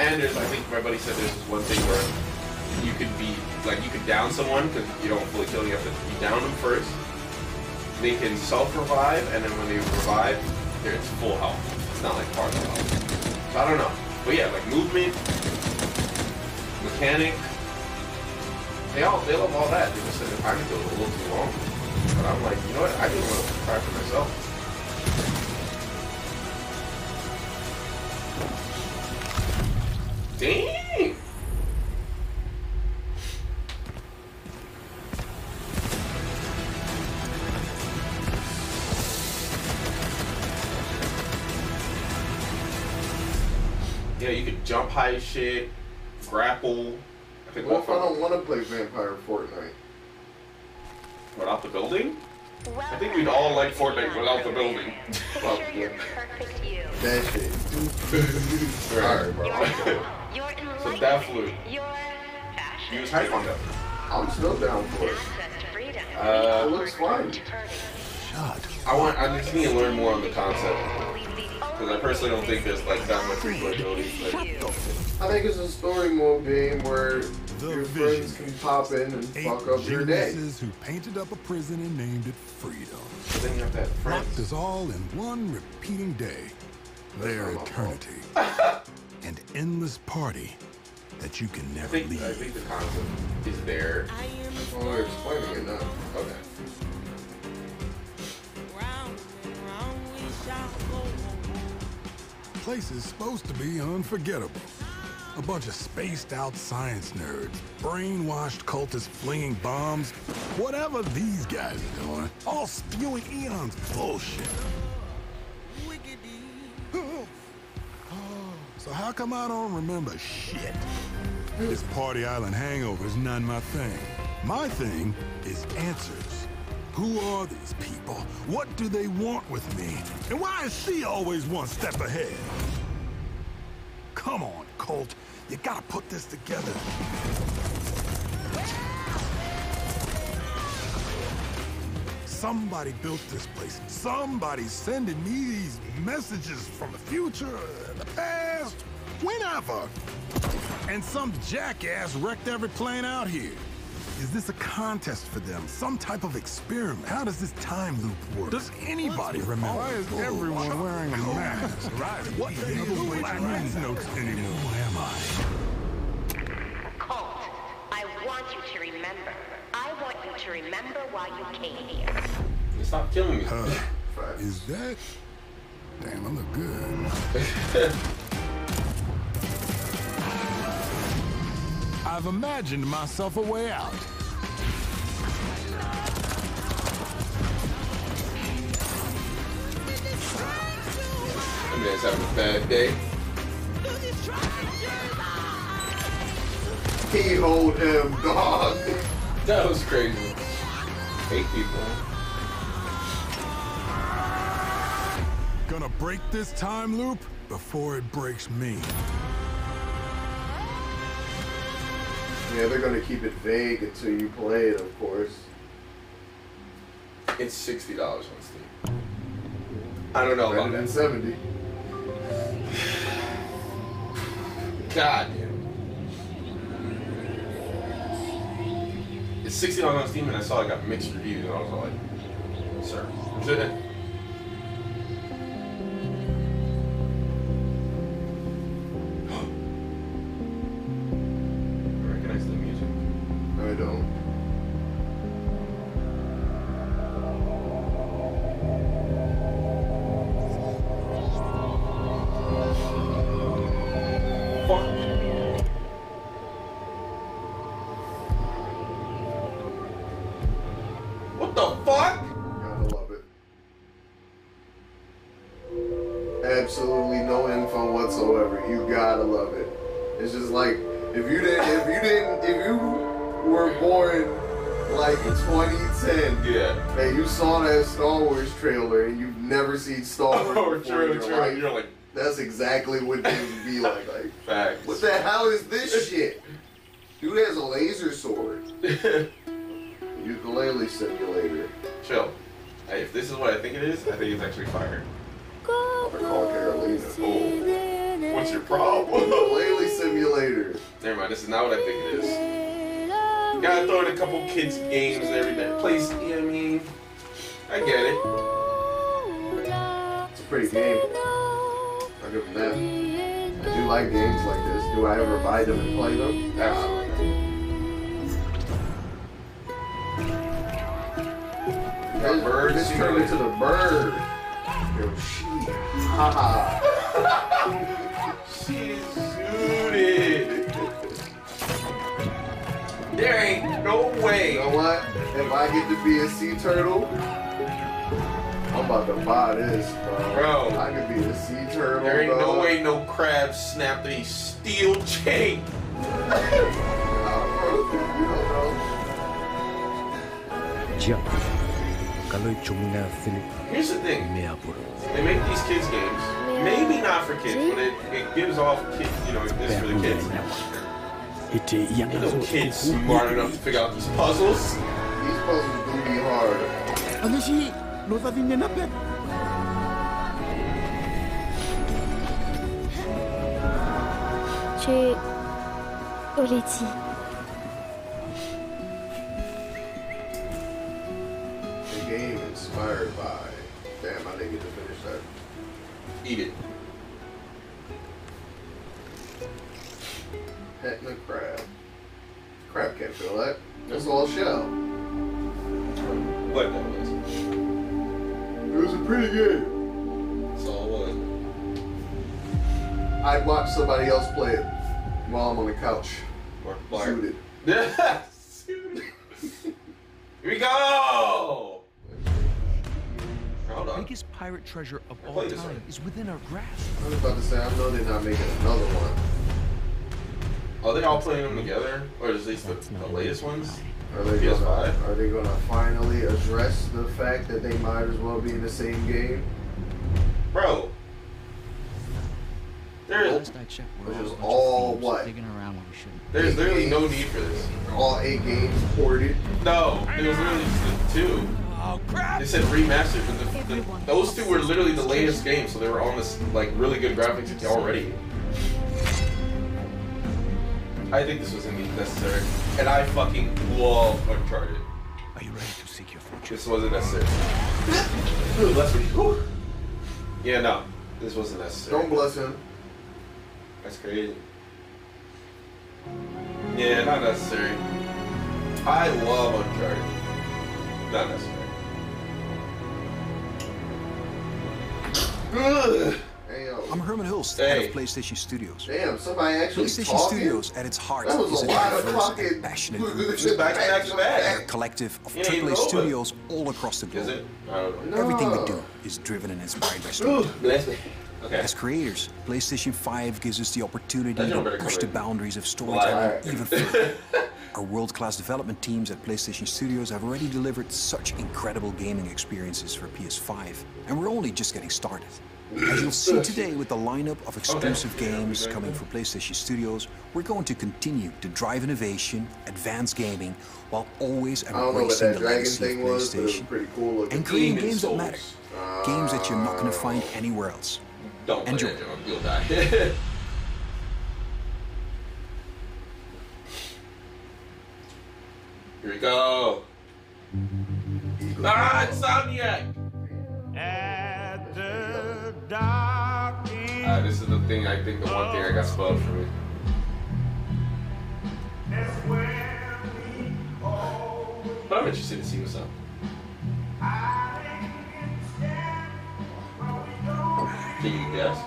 Speaker 3: And there's, I think my buddy said there's this one thing where you could be like you could down someone because you don't fully kill. them, You have to you down them first. They can self revive, and then when they revive, they're it's full health. It's not like partial health. So I don't know. But yeah, like movement, mechanic, they all they love all that. They just said the pocket goes a little too long. But I'm like, you know what? I just want to try for myself. Dang! Yeah, you could jump high as shit, grapple. I think
Speaker 2: What if I don't want to play Vampire Fortnite?
Speaker 3: Without the building? I think we'd all like Fortnite without the building. Well,
Speaker 2: That shit. Alright, bro.
Speaker 3: so that flew. Use hype on that.
Speaker 2: I'm still down for it.
Speaker 3: Uh,
Speaker 2: It looks fine.
Speaker 3: I want. I just need to learn more on the concept because I personally don't think there's like that much replayability. Like,
Speaker 2: I think it's a story mode game where your friends can pop in and fuck up your day.
Speaker 12: Geniuses who painted up a prison and named it freedom.
Speaker 3: Then you have that
Speaker 12: Locked us all in one repeating day. Their eternity. An endless party that you can
Speaker 3: I
Speaker 12: never
Speaker 3: think
Speaker 12: leave.
Speaker 3: I think the concept is there.
Speaker 2: Well, we're explaining it now.
Speaker 3: Okay.
Speaker 12: Place is supposed to be unforgettable. A bunch of spaced out science nerds, brainwashed cultists flinging bombs, whatever these guys are doing, all spewing Eon's bullshit. So how come I don't remember shit? This party island hangover is not my thing. My thing is answers. Who are these people? What do they want with me? And why is she always one step ahead? Come on, Colt. You gotta put this together. Somebody built this place. Somebody's sending me these messages from the future, the past, whenever. And some jackass wrecked every plane out here. Is this a contest for them? Some type of experiment? How does this time loop work? Does anybody remember? Oh,
Speaker 19: Why is everyone wearing a mask?
Speaker 12: what the hell are black men's notes anymore? Who am I?
Speaker 8: I want you to remember. I want you to remember why you came here.
Speaker 3: Stop killing me.
Speaker 12: Is that? Damn, I look good. I've imagined myself a way out.
Speaker 3: I mean, it's having a bad day.
Speaker 2: He hold him, dog.
Speaker 3: That was crazy. Hate people.
Speaker 12: Gonna break this time loop before it breaks me.
Speaker 2: Yeah, they're gonna keep it vague until you play it, of course.
Speaker 3: It's sixty dollars on Steam. I don't know about
Speaker 2: Better than
Speaker 3: that.
Speaker 2: seventy.
Speaker 3: God damn. It's sixty dollars on Steam, and I saw it got mixed reviews, and I was all like, "Sir." I recognize the music.
Speaker 2: I don't.
Speaker 3: What the fuck?
Speaker 2: Gotta love it. Absolutely no info whatsoever. You gotta love it. It's just like if you didn't, if you didn't, if you were born like in 2010,
Speaker 3: Yeah.
Speaker 2: and you saw that Star Wars trailer and you've never seen Star Wars
Speaker 3: Oh,
Speaker 2: before
Speaker 3: true,
Speaker 2: in your
Speaker 3: true.
Speaker 2: life,
Speaker 3: You're like,
Speaker 2: that's exactly what things would be like. Like,
Speaker 3: Facts.
Speaker 2: what the hell is this shit? Dude has a laser sword. Ukulele simulator.
Speaker 3: Chill. Hey, if this is what I think it is, I think it's actually fire.
Speaker 2: Or call Carolina.
Speaker 3: Oh, What's your problem?
Speaker 2: Ukulele simulator.
Speaker 3: Never mind, this is not what I think it is. You gotta throw in a couple kids' games and everything. Place, you know what I mean? E I get it.
Speaker 2: It's a pretty game. I give them that. I do like games like this. Do I ever buy them and play them? Absolutely.
Speaker 3: bird. She's turning to the bird. Yo, she hot. She's suited. There ain't no way.
Speaker 2: You know what? If I get to be a sea turtle, I'm about to buy this, bro.
Speaker 3: Bro.
Speaker 2: I could be a sea turtle.
Speaker 3: There ain't
Speaker 2: dog.
Speaker 3: no way no crab snapped a steel chain.
Speaker 13: Jump. Kaloy chumna Philip.
Speaker 3: Here's the thing.
Speaker 13: Mea puro.
Speaker 3: They make these kids games. Maybe not for kids, but it, it gives off kids, you know, it's for the kids.
Speaker 13: Ite
Speaker 3: Ain't no kids smart enough to figure out these puzzles.
Speaker 2: These puzzles do be hard.
Speaker 17: 아저씨, 로사딘네 나빼.
Speaker 20: J'ai. Oleti.
Speaker 2: The game inspired by. Damn, I didn't get to finish that.
Speaker 3: Eat it.
Speaker 2: Petting a crab. Crab can't feel that. That's all shell.
Speaker 3: What that was.
Speaker 2: It was a pretty game.
Speaker 3: That's all it was.
Speaker 2: I watched somebody else play it while I'm on the couch.
Speaker 3: Mark
Speaker 2: Shoot it.
Speaker 3: Yes! Here we go! Hold
Speaker 13: The
Speaker 3: on.
Speaker 13: biggest pirate treasure of
Speaker 3: I
Speaker 13: all
Speaker 3: played this
Speaker 13: time
Speaker 3: one.
Speaker 13: is within our grasp.
Speaker 2: I was about to say, I know they're not making another one.
Speaker 3: Are they all playing them together? Or at least the, the latest ones?
Speaker 2: Are they,
Speaker 3: PS5?
Speaker 2: gonna, are they gonna finally address the fact that they might as well be in the same game?
Speaker 3: Bro. There is,
Speaker 2: Which is all what?
Speaker 3: there's literally no need for this.
Speaker 2: All eight games ported.
Speaker 3: No, it was literally just the two.
Speaker 2: Oh crap!
Speaker 3: They said remastered, but the, the, those two were literally the latest game, so they were on this like really good graphics already. I think this was indeed necessary, and I fucking love Uncharted.
Speaker 13: Are you ready to seek your fortune?
Speaker 3: This wasn't necessary. Dude, bless me. Whew. Yeah, no, this wasn't necessary.
Speaker 2: Don't bless him.
Speaker 3: That's crazy. Yeah, not necessary. I love Uncharted. Not necessary. Ugh.
Speaker 2: Hey, yo.
Speaker 21: I'm Herman Hulst,
Speaker 3: Hey.
Speaker 21: head of PlayStation Studios.
Speaker 2: Damn, somebody actually
Speaker 21: PlayStation
Speaker 2: talking?
Speaker 21: Studios, at its heart,
Speaker 2: That was
Speaker 21: is
Speaker 2: a
Speaker 21: a
Speaker 2: lot of
Speaker 21: diverse
Speaker 2: fucking-
Speaker 21: and passionate group
Speaker 2: Back, back, back.
Speaker 21: a collective of
Speaker 3: It ain't
Speaker 21: AAA
Speaker 3: over.
Speaker 21: studios all across the globe.
Speaker 3: Is it? I don't know.
Speaker 21: Everything
Speaker 2: No.
Speaker 21: we do is driven and inspired by
Speaker 3: Ooh,
Speaker 21: story.
Speaker 3: bless me. Okay.
Speaker 21: As creators, PlayStation 5 gives us the opportunity
Speaker 3: That's not
Speaker 21: to
Speaker 3: very
Speaker 21: push the
Speaker 3: clear.
Speaker 21: boundaries of
Speaker 3: Well,
Speaker 21: storytelling
Speaker 3: I-
Speaker 21: even further. Our world-class development teams at PlayStation Studios have already delivered such incredible gaming experiences for PS5, and we're only just getting started. As you'll see today with the lineup of exclusive games coming from PlayStation Studios, we're going to continue to drive innovation, advance gaming, while always
Speaker 2: I don't know what
Speaker 21: embracing
Speaker 2: that
Speaker 21: the
Speaker 2: dragon
Speaker 21: legacy of
Speaker 2: thing was, but it was
Speaker 21: PlayStation
Speaker 2: pretty cool looking.
Speaker 21: and creating
Speaker 3: Demon
Speaker 21: games that
Speaker 3: Souls.
Speaker 21: matter. Games that you're
Speaker 2: uh,
Speaker 21: not going to find anywhere else.
Speaker 3: Don't play
Speaker 21: Enjoy.
Speaker 3: that, John. You'll die. Here we go. Ah, Insomniac!
Speaker 22: At the dark
Speaker 3: Uh, this is the thing, I think, the one thing I got spoiled for me. But I'm interested to see what's up. Can you guess?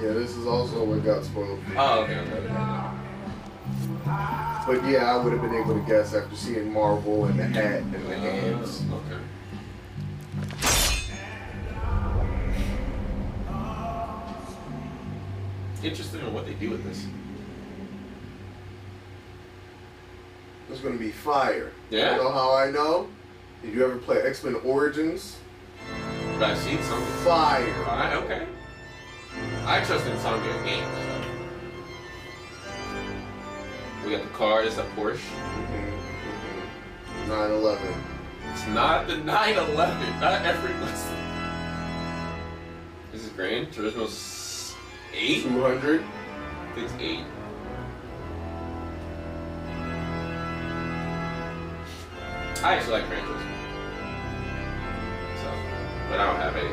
Speaker 2: Yeah, this is also what got spoiled.
Speaker 3: Oh, okay, okay, okay. okay.
Speaker 2: But yeah, I would have been able to guess after seeing Marvel and the hat and the hands.
Speaker 3: Uh, okay. Interested in what they do with this.
Speaker 2: It's gonna be fire.
Speaker 3: Yeah.
Speaker 2: You know how I know? Did you ever play X Men Origins?
Speaker 3: But I've seen something.
Speaker 2: Fire.
Speaker 3: Alright, okay. I trust Insomniac Games. We got the car, it's a Porsche.
Speaker 2: Nine Eleven.
Speaker 3: It's not the 911, not every listen. This is Grand Turismo s- 8?
Speaker 2: Two hundred.
Speaker 3: I think it's 8. I actually like Gran Turismo. So, but I don't have any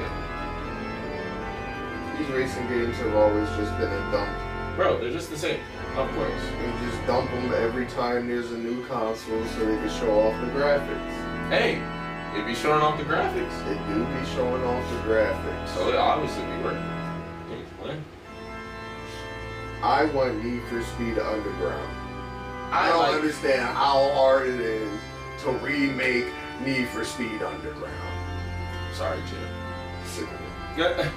Speaker 3: of them.
Speaker 2: These racing games have always just been a dump.
Speaker 3: Bro, they're just the same. Of course.
Speaker 2: They just dump them every time there's a new console so they can show off the graphics.
Speaker 3: Hey, It be showing off the graphics.
Speaker 2: It do be showing off the graphics.
Speaker 3: So Oh, it obviously be working. Game's playing.
Speaker 2: I want Need for Speed Underground. I,
Speaker 3: I
Speaker 2: don't
Speaker 3: like-
Speaker 2: understand how hard it is to remake Need for Speed Underground.
Speaker 3: Sorry, Jim.
Speaker 2: Sick of it.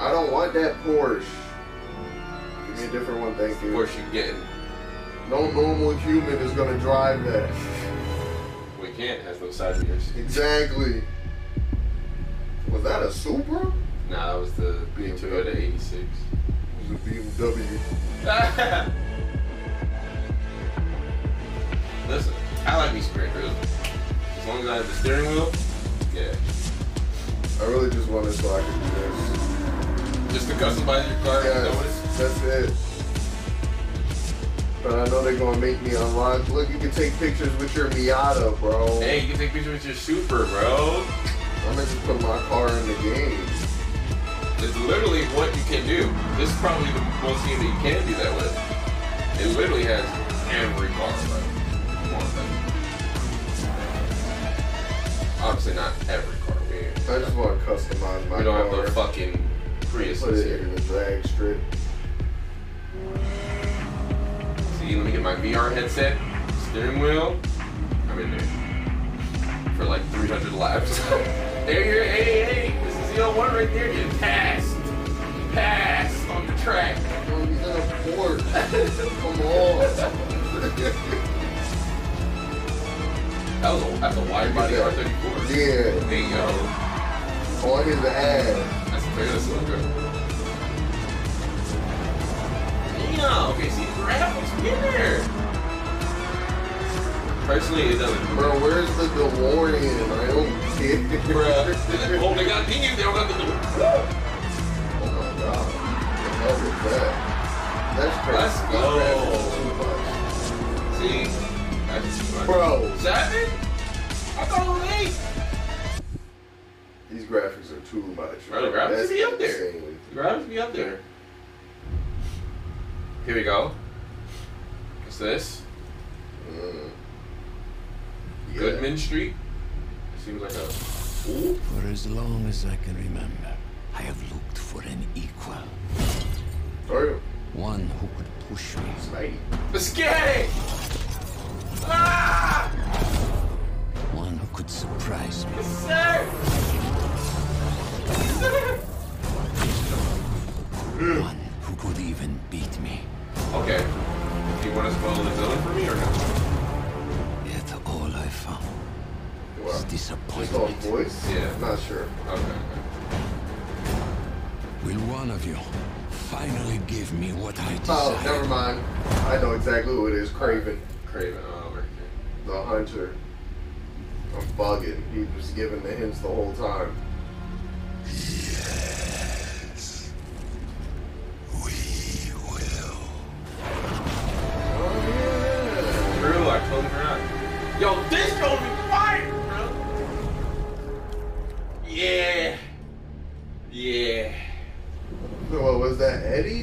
Speaker 2: I don't want that Porsche. Give me a different one, thank you.
Speaker 3: Porsche you getting?
Speaker 2: No normal human is gonna drive that.
Speaker 3: We can't has no side mirrors.
Speaker 2: Exactly. Was that a Supra?
Speaker 3: Nah, that was the BMW Toyota 86.
Speaker 2: It was a BMW.
Speaker 3: Listen, I like me sprint really. As long as I have the steering wheel, yeah.
Speaker 2: I really just want it so I can do this.
Speaker 3: Just to customize your car, you know what it's-
Speaker 2: Yes, that's it. But I know they're gonna make me unlock. Look, you can take pictures with your Miata, bro.
Speaker 3: Hey, you can take pictures with your super, bro.
Speaker 2: I'm gonna just put my car in the game.
Speaker 3: It's literally what you can do. This is probably the most game that you can do that with. It literally has every car, bro. Come on, man. Obviously not every car. We,
Speaker 2: I just want to customize my
Speaker 3: we don't
Speaker 2: car.
Speaker 3: have the fucking Prius
Speaker 2: Put it
Speaker 3: here.
Speaker 2: in the drag strip.
Speaker 3: See, let me get my VR headset, steering wheel. I'm in there for like 300 laps. there you're, hey, hey, this is the L1 right there. You passed, you passed on the track.
Speaker 2: Oh, he's in a Porsche. Come on.
Speaker 3: That was a, that's a wide body R34.
Speaker 2: Yeah.
Speaker 3: There you go.
Speaker 2: on his ass.
Speaker 3: That's a Toyota Celica. Damn, okay, see, graphics get there. Personally, it doesn't.
Speaker 2: Bro, where's the DeLorean? I don't get it.
Speaker 3: Bruh. oh, they got these. They don't got the.
Speaker 2: Oh my god. What the hell is that? That's crazy.
Speaker 3: Let's go.
Speaker 2: These graphics are
Speaker 3: See?
Speaker 2: too much.
Speaker 3: That's just fun.
Speaker 2: Bro.
Speaker 3: Seven? I thought it was eight.
Speaker 2: These graphics are too much.
Speaker 3: Bro, the graphics
Speaker 2: That's
Speaker 3: be up there.
Speaker 2: insanely-
Speaker 3: The graphics be up there. Here we go. What's this?
Speaker 2: Mm. Yeah.
Speaker 3: Goodman Street. Seems like a. Ooh.
Speaker 13: For as long as I can remember, I have looked for an equal.
Speaker 2: Sorry.
Speaker 13: One who could push me.
Speaker 2: Spidey.
Speaker 3: Biscotti! Ah!
Speaker 13: One who could surprise me.
Speaker 3: Yes, sir! Yes, sir!
Speaker 13: One who could even beat me.
Speaker 3: Okay. Do you want to spoil the villain for me or not?
Speaker 13: Yet all I found was
Speaker 2: Wow. Just on
Speaker 13: disappointment.
Speaker 2: voice?
Speaker 3: Yeah.
Speaker 2: I'm not sure.
Speaker 3: Okay. okay.
Speaker 13: Will one of you finally give me what I
Speaker 2: Oh, never
Speaker 13: desire?
Speaker 2: mind. I know exactly who it is. Craven.
Speaker 3: Craven. Oh, over here.
Speaker 2: The hunter. I'm bugging. He was giving the hints the whole time.
Speaker 13: we will.
Speaker 2: Oh, yeah.
Speaker 3: True, I totally forgot. Yo, this gonna be fire, bro! Yeah. Yeah.
Speaker 2: What was that? Eddie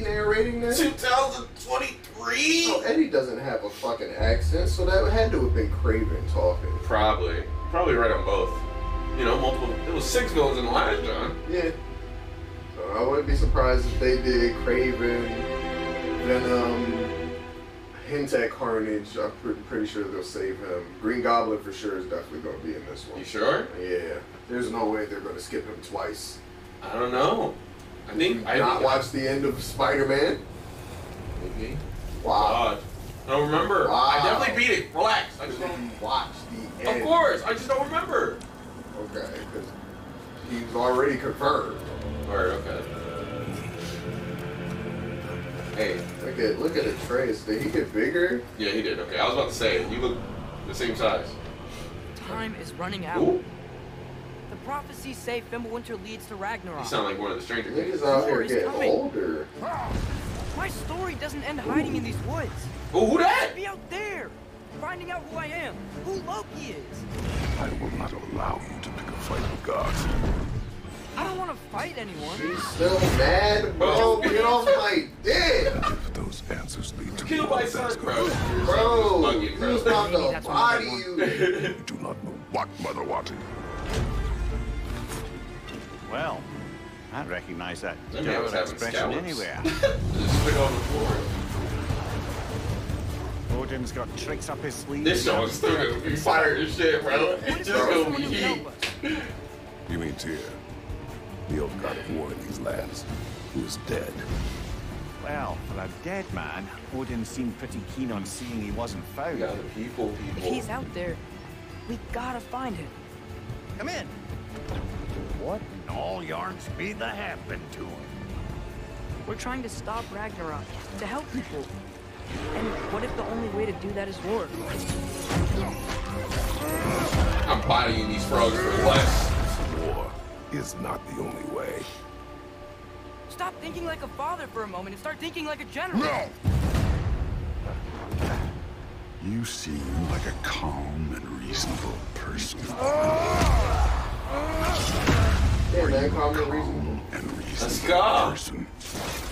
Speaker 2: narrating that?
Speaker 3: 2023?
Speaker 2: No, Eddie doesn't have a fucking accent, so that had to have been Craven talking.
Speaker 3: Probably. Probably right on both. You know, multiple. It was six villains in the last John.
Speaker 2: Yeah. So I wouldn't be surprised if they did Craven, Venom, hint at Carnage. I'm pre- pretty sure they'll save him. Green Goblin for sure is definitely going to be in this one.
Speaker 3: You sure?
Speaker 2: Yeah. There's no way they're going to skip him twice.
Speaker 3: I don't know. I think I
Speaker 2: not
Speaker 3: think-
Speaker 2: watch the end of Spider-Man.
Speaker 3: Maybe.
Speaker 2: Wow.
Speaker 3: God. I don't remember.
Speaker 2: Wow.
Speaker 3: I definitely beat it. Relax. I just don't.
Speaker 2: watch the end.
Speaker 3: Of course. I just don't remember.
Speaker 2: Okay, because he's already confirmed.
Speaker 3: Alright, okay. Hey.
Speaker 2: Look at look at the trace. Did he get bigger?
Speaker 3: Yeah, he did. Okay. I was about to say, you look the same size.
Speaker 12: Time is running out.
Speaker 3: Ooh.
Speaker 12: The prophecies say Fimbulwinter leads to
Speaker 3: You
Speaker 12: Ragnarok.
Speaker 3: sound like one of the stranger things.
Speaker 2: Niggas out here
Speaker 12: More is
Speaker 2: getting
Speaker 12: coming.
Speaker 2: older.
Speaker 12: My story doesn't end hiding in these woods.
Speaker 3: Ooh, who
Speaker 12: I
Speaker 3: that?
Speaker 12: should be out there, finding out who I am, who Loki is.
Speaker 16: I will not allow you to pick a fight with God.
Speaker 12: I don't want to fight anyone.
Speaker 2: He's still mad, bro. Get off my dick.
Speaker 16: If those those answers lead to
Speaker 3: Killed
Speaker 16: more
Speaker 3: by
Speaker 16: than
Speaker 3: Sonic,
Speaker 16: that.
Speaker 3: bro.
Speaker 2: Bro,
Speaker 3: Fucking
Speaker 2: you
Speaker 3: bro.
Speaker 2: stopped the body. You.
Speaker 16: You do not know what, Mother Wati.
Speaker 22: Well, I recognize that
Speaker 3: That man was
Speaker 22: German
Speaker 3: having
Speaker 22: expression
Speaker 3: scallops.
Speaker 22: anywhere.
Speaker 3: Just spit on the floor.
Speaker 22: Odin's got tricks up his sleeve.
Speaker 3: This show is still gonna be fire as shit, bro. It's just gonna be heat.
Speaker 16: You mean Tyr, the old god of war in these lands, who is dead.
Speaker 22: Well, for a dead man, Odin seemed pretty keen on seeing he wasn't found.
Speaker 3: Yeah, the people,
Speaker 12: If
Speaker 3: people.
Speaker 12: he's out there, we gotta find him.
Speaker 22: Come in. What in all yarns be the happened to him?
Speaker 12: We're trying to stop Ragnarok, to help people. And what if the only way to do that is war?
Speaker 3: I'm bodying these frogs for less.
Speaker 16: War is not the only way.
Speaker 12: Stop thinking like a father for a moment and start thinking like a general.
Speaker 16: No! You seem like a calm and reasonable person.
Speaker 2: Yeah, that common reason.
Speaker 3: Let's go.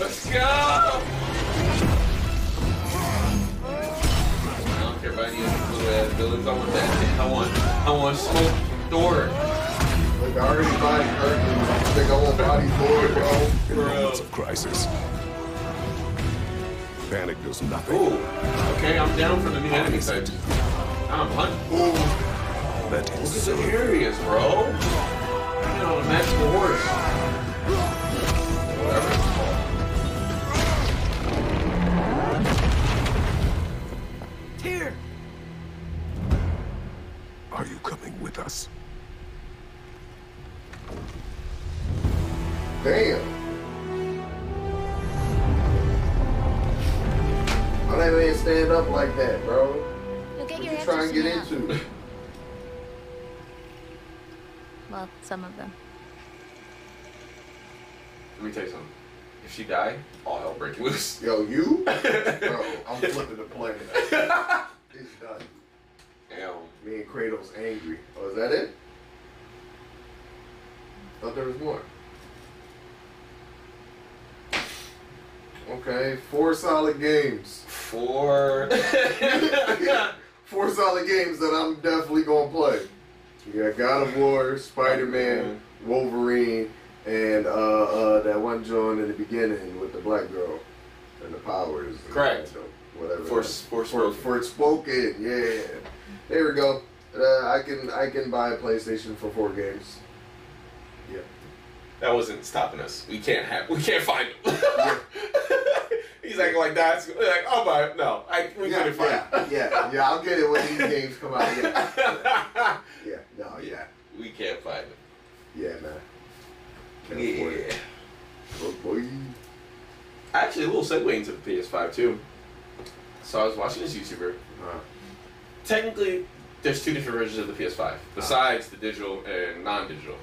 Speaker 3: Let's go. I don't care about any of the blue ass villains. I want that shit. I want. I want smoke from Thor.
Speaker 2: Like, I already body hurting. I think I want body for bro.
Speaker 16: In moments of crisis, panic does nothing.
Speaker 3: Okay, I'm down for the new enemy type. I'm hunting. Ooh.
Speaker 16: Let it
Speaker 3: Look at the areas, bro. You know, a magical horse. Whatever it's called.
Speaker 12: Tyr!
Speaker 16: Are you coming with us?
Speaker 2: Damn. Why that man stand up like that, bro?
Speaker 8: You'll get
Speaker 2: What
Speaker 8: your
Speaker 2: you
Speaker 8: answers
Speaker 2: trying to get
Speaker 8: soon enough.
Speaker 2: into?
Speaker 8: Well, some of them.
Speaker 3: Let me tell you something. If she die, all hell break loose.
Speaker 2: Yo, you? bro, I'm flipping the planet. It's done.
Speaker 3: Damn.
Speaker 2: Me and Kratos angry. Oh, is that it? Thought there was more. Okay, four solid games.
Speaker 3: Four.
Speaker 2: Four solid games that I'm definitely gonna play. You got God of War, Spider Man, Wolverine, and uh, uh, that one joint in the beginning with the black girl and the powers. and
Speaker 3: Correct.
Speaker 2: Whatever.
Speaker 3: For
Speaker 2: For,
Speaker 3: Forspoken.
Speaker 2: for spoken, yeah. There we go. Uh, I can I can buy a PlayStation for four games. Yeah.
Speaker 3: That wasn't stopping us. We can't have. We can't find him. He's acting like that's like oh my no. I we
Speaker 2: yeah,
Speaker 3: couldn't find.
Speaker 2: yeah, yeah, yeah, I'll get it when these games come out. Yeah,
Speaker 3: him.
Speaker 2: yeah, no, yeah,
Speaker 3: we can't find him.
Speaker 2: yeah, man. Can't afford it.
Speaker 3: Yeah.
Speaker 2: Oh, boy.
Speaker 3: Actually, a little segue into the PS5 too. So I was watching this YouTuber.
Speaker 2: Uh,
Speaker 3: Technically, there's two different versions of the PS5
Speaker 2: Ah.
Speaker 3: besides the digital and non-digital.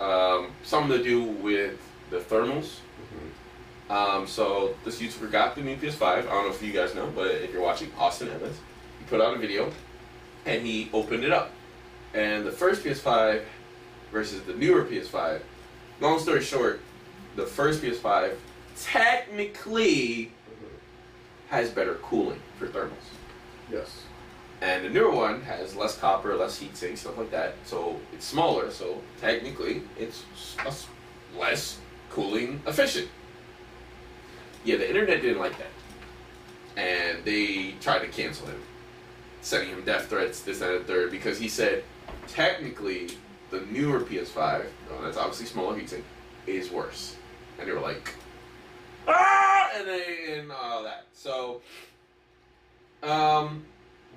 Speaker 2: uh,
Speaker 3: Um, some to do with the thermals. Um, so this YouTuber got the new PS5. I don't know if you guys know, but if you're watching Austin Evans, he put out a video and he opened it up. And the first PS5 versus the newer PS5. Long story short, the first PS5 technically has better cooling for thermals.
Speaker 2: yes.
Speaker 3: And the newer one has less copper, less heat sink, stuff like that. So it's smaller, so technically it's s- s- less cooling efficient. Yeah, the internet didn't like that. And they tried to cancel him, sending him death threats, this, that, and the third, because he said technically the newer PS5, oh, that's obviously smaller heat sink, is worse. And they were like, ah! And, they, and all that. So, um,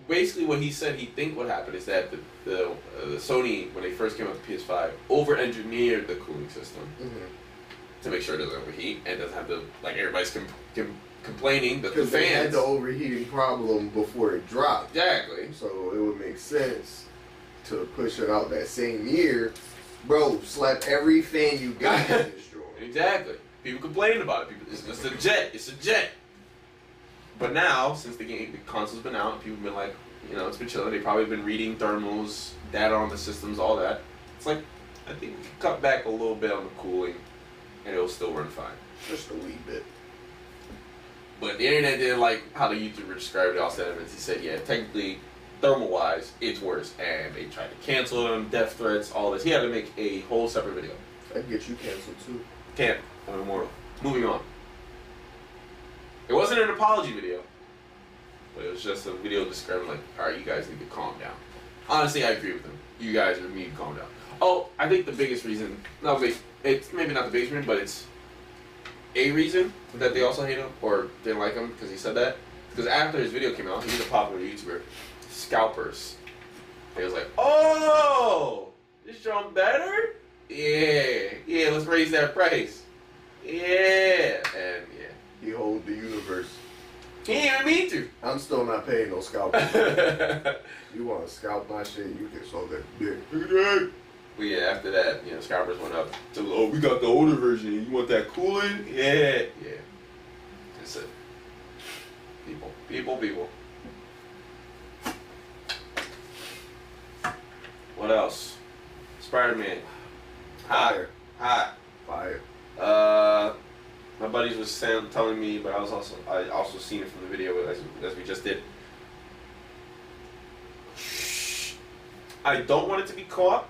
Speaker 3: basically what he said he think would happen is that the the, uh, the Sony when they first came out with the PS5 over engineered the cooling system
Speaker 2: Mm-hmm.
Speaker 3: to make sure it doesn't overheat and doesn't have the like everybody's com- com- complaining that the
Speaker 2: Because they had
Speaker 3: fans
Speaker 2: the overheating problem before it dropped.
Speaker 3: exactly
Speaker 2: So it would make sense to push it out that same year. Bro, slap every fan you got and destroy.
Speaker 3: exactly people complained about it people it's, it's a jet it's a jet but now since the game the console's been out people have been like you know it's been chilling they've probably been reading thermals data on the systems all that it's like I think we could cut back a little bit on the cooling and it'll still run fine
Speaker 2: Just a wee bit.
Speaker 3: But the internet didn't like how the YouTuber described all sentiments. He said, yeah, technically, thermal wise, it's worse. And they tried to cancel him, death threats, all this. He had to make a whole separate video.
Speaker 2: That gets you canceled too.
Speaker 3: Can't. I'm immortal. Moving on. It wasn't an apology video, but it was just a video describing, like, all right, you guys need to calm down. Honestly, I agree with him. You guys are need to calm down. Oh, I think the biggest reason, no, wait, it's maybe not the biggest reason, but it's a reason that they also hate him or didn't like him because he said that. Because after his video came out, he's a popular YouTuber, Scalpers. They was like, oh, this drum better? Yeah, yeah, let's raise that price. Yeah, and yeah.
Speaker 2: He hold the universe.
Speaker 3: He didn't even mean to.
Speaker 2: I'm still not paying no scalp. you want to scalp my shit? You can sell that dick.
Speaker 3: But yeah, after that, you know, scalpers went up to, oh, we got the older version. You want that cooling? Yeah, yeah. That's it. People, people, people. What else? Spider-Man. Hot.
Speaker 2: Fire.
Speaker 3: Hot.
Speaker 2: Fire.
Speaker 3: Uh, my buddies was saying, telling me, but I was also I also seen it from the video as, as we just did. I don't want it to be co-op.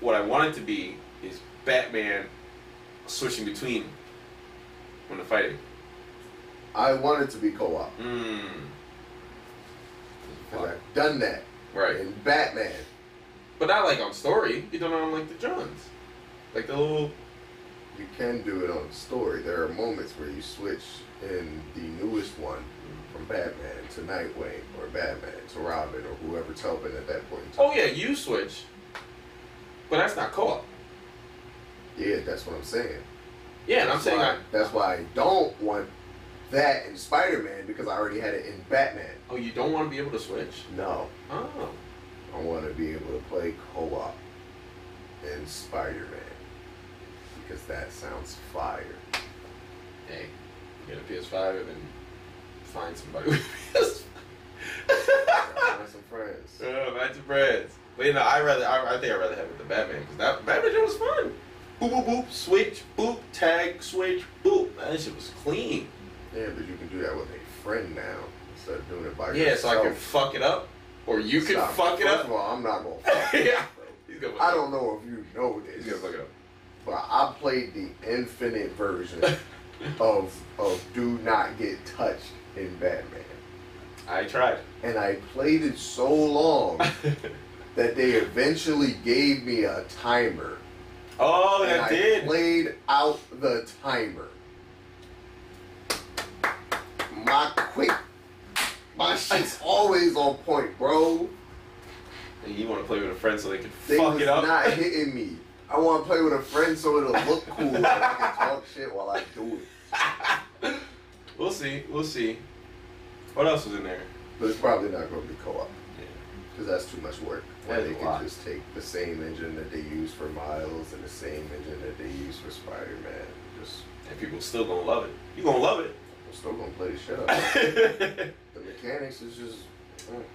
Speaker 3: What I want it to be is Batman switching between when they're fighting.
Speaker 2: I want it to be co-op.
Speaker 3: Mm.
Speaker 2: 'Cause I've done that.
Speaker 3: Right.
Speaker 2: In Batman.
Speaker 3: But not like on story. You don't know like the Johns. Like the little
Speaker 2: You can do it on story. There are moments where you switch in the newest one from Batman to Nightwing or Batman to Robin or whoever's helping at that point. in time.
Speaker 3: Oh yeah, you switch. But that's not co-op.
Speaker 2: Yeah, that's what I'm saying.
Speaker 3: Yeah, and I'm
Speaker 2: That's
Speaker 3: saying
Speaker 2: why-
Speaker 3: I,
Speaker 2: that's why I don't want that in Spider-Man because I already had it in Batman.
Speaker 3: oh you don't want to be able to switch.
Speaker 2: No,
Speaker 3: Oh.
Speaker 2: I want to be able to play co-op in Spider-Man because that sounds fire.
Speaker 3: Hey, get a PS5 and then find somebody with a PS5.
Speaker 2: Find some friends.
Speaker 3: Uh, back to friends. But you know, I rather I, I think I would rather have it with the Batman because that Batman shit was fun. Boop boop boop, switch, boop, tag, switch, boop. Man, that shit was clean.
Speaker 2: Yeah, but you can do that with a friend now instead of doing it by
Speaker 3: yeah, so
Speaker 2: yourself.
Speaker 3: I can fuck it up, or you can
Speaker 2: Stop.
Speaker 3: fuck it
Speaker 2: First
Speaker 3: up.
Speaker 2: of all, I'm not gonna. Fuck it
Speaker 3: yeah,
Speaker 2: up, bro.
Speaker 3: he's gonna. Fuck
Speaker 2: I
Speaker 3: it up.
Speaker 2: don't know if you know this.
Speaker 3: He's gonna fuck it up.
Speaker 2: But I played the infinite version of of Do Not Get Touched in Batman.
Speaker 3: I tried.
Speaker 2: And I played it so long that they eventually gave me a timer.
Speaker 3: Oh,
Speaker 2: and
Speaker 3: that
Speaker 2: I
Speaker 3: did.
Speaker 2: played out the timer. My quick my shit's always on point, bro.
Speaker 3: And you want to play with a friend so they can
Speaker 2: They
Speaker 3: fuck
Speaker 2: was
Speaker 3: it up.
Speaker 2: not hitting me. I want to play with a friend so it'll look cool. and I can talk shit while I do it.
Speaker 3: we'll see. We'll see. What else was in there?
Speaker 2: But it's probably not going to be co-op
Speaker 3: Yeah.
Speaker 2: because that's too much work.
Speaker 3: That
Speaker 2: Where
Speaker 3: is
Speaker 2: they
Speaker 3: a
Speaker 2: can
Speaker 3: lot.
Speaker 2: just take the same engine that they use for Miles and the same engine that they use for Spider-Man. Just
Speaker 3: And people still gonna love it. You gonna love it.
Speaker 2: I'm still going to play the shit out. of it.
Speaker 3: Uh,
Speaker 2: the mechanics is just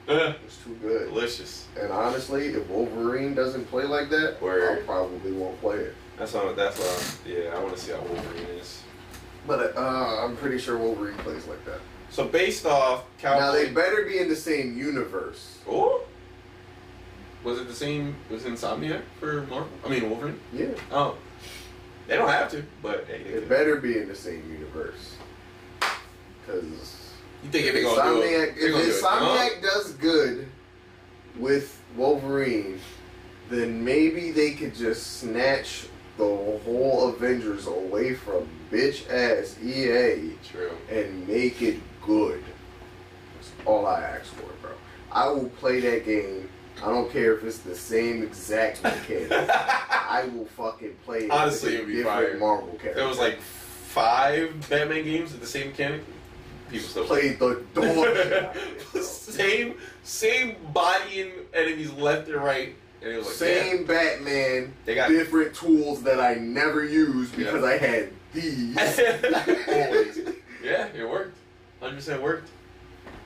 Speaker 2: mm, it's too good.
Speaker 3: Delicious.
Speaker 2: And honestly, if Wolverine doesn't play like that, I
Speaker 3: Word.
Speaker 2: probably won't play it.
Speaker 3: That's all. That's all. Yeah, I want to see how Wolverine is.
Speaker 2: But uh, I'm pretty sure Wolverine plays like that.
Speaker 3: So based off
Speaker 2: Now they
Speaker 3: Cowboy.
Speaker 2: better be in the same universe.
Speaker 3: Oh. Was it the same? Was it Insomniac for Marvel? I mean Wolverine.
Speaker 2: Yeah.
Speaker 3: Oh. They don't have to, but hey, they
Speaker 2: It
Speaker 3: could.
Speaker 2: better be in the same universe. Because
Speaker 3: you think they're gonna do
Speaker 2: Insomniac,
Speaker 3: it? They're
Speaker 2: if
Speaker 3: gonna do it. huh?
Speaker 2: Insomniac does good with Wolverine, then maybe they could just snatch the whole Avengers away from bitch ass EA
Speaker 3: True.
Speaker 2: and make it good. That's all I ask for, bro. I will play that game. I don't care if it's the same exact mechanics. I will fucking play it. with
Speaker 3: Honestly, it
Speaker 2: a
Speaker 3: would be
Speaker 2: different
Speaker 3: fire.
Speaker 2: Marvel character.
Speaker 3: There was like five Batman games with the same mechanic. People still
Speaker 2: played the dog shit out of it, bro.
Speaker 3: same same body and enemies left and right, and it was like
Speaker 2: Same Batman,
Speaker 3: They got-
Speaker 2: different tools that I never used because
Speaker 3: Yeah.
Speaker 2: I had these
Speaker 3: Yeah,
Speaker 2: always.
Speaker 3: yeah it worked. Hundred percent worked.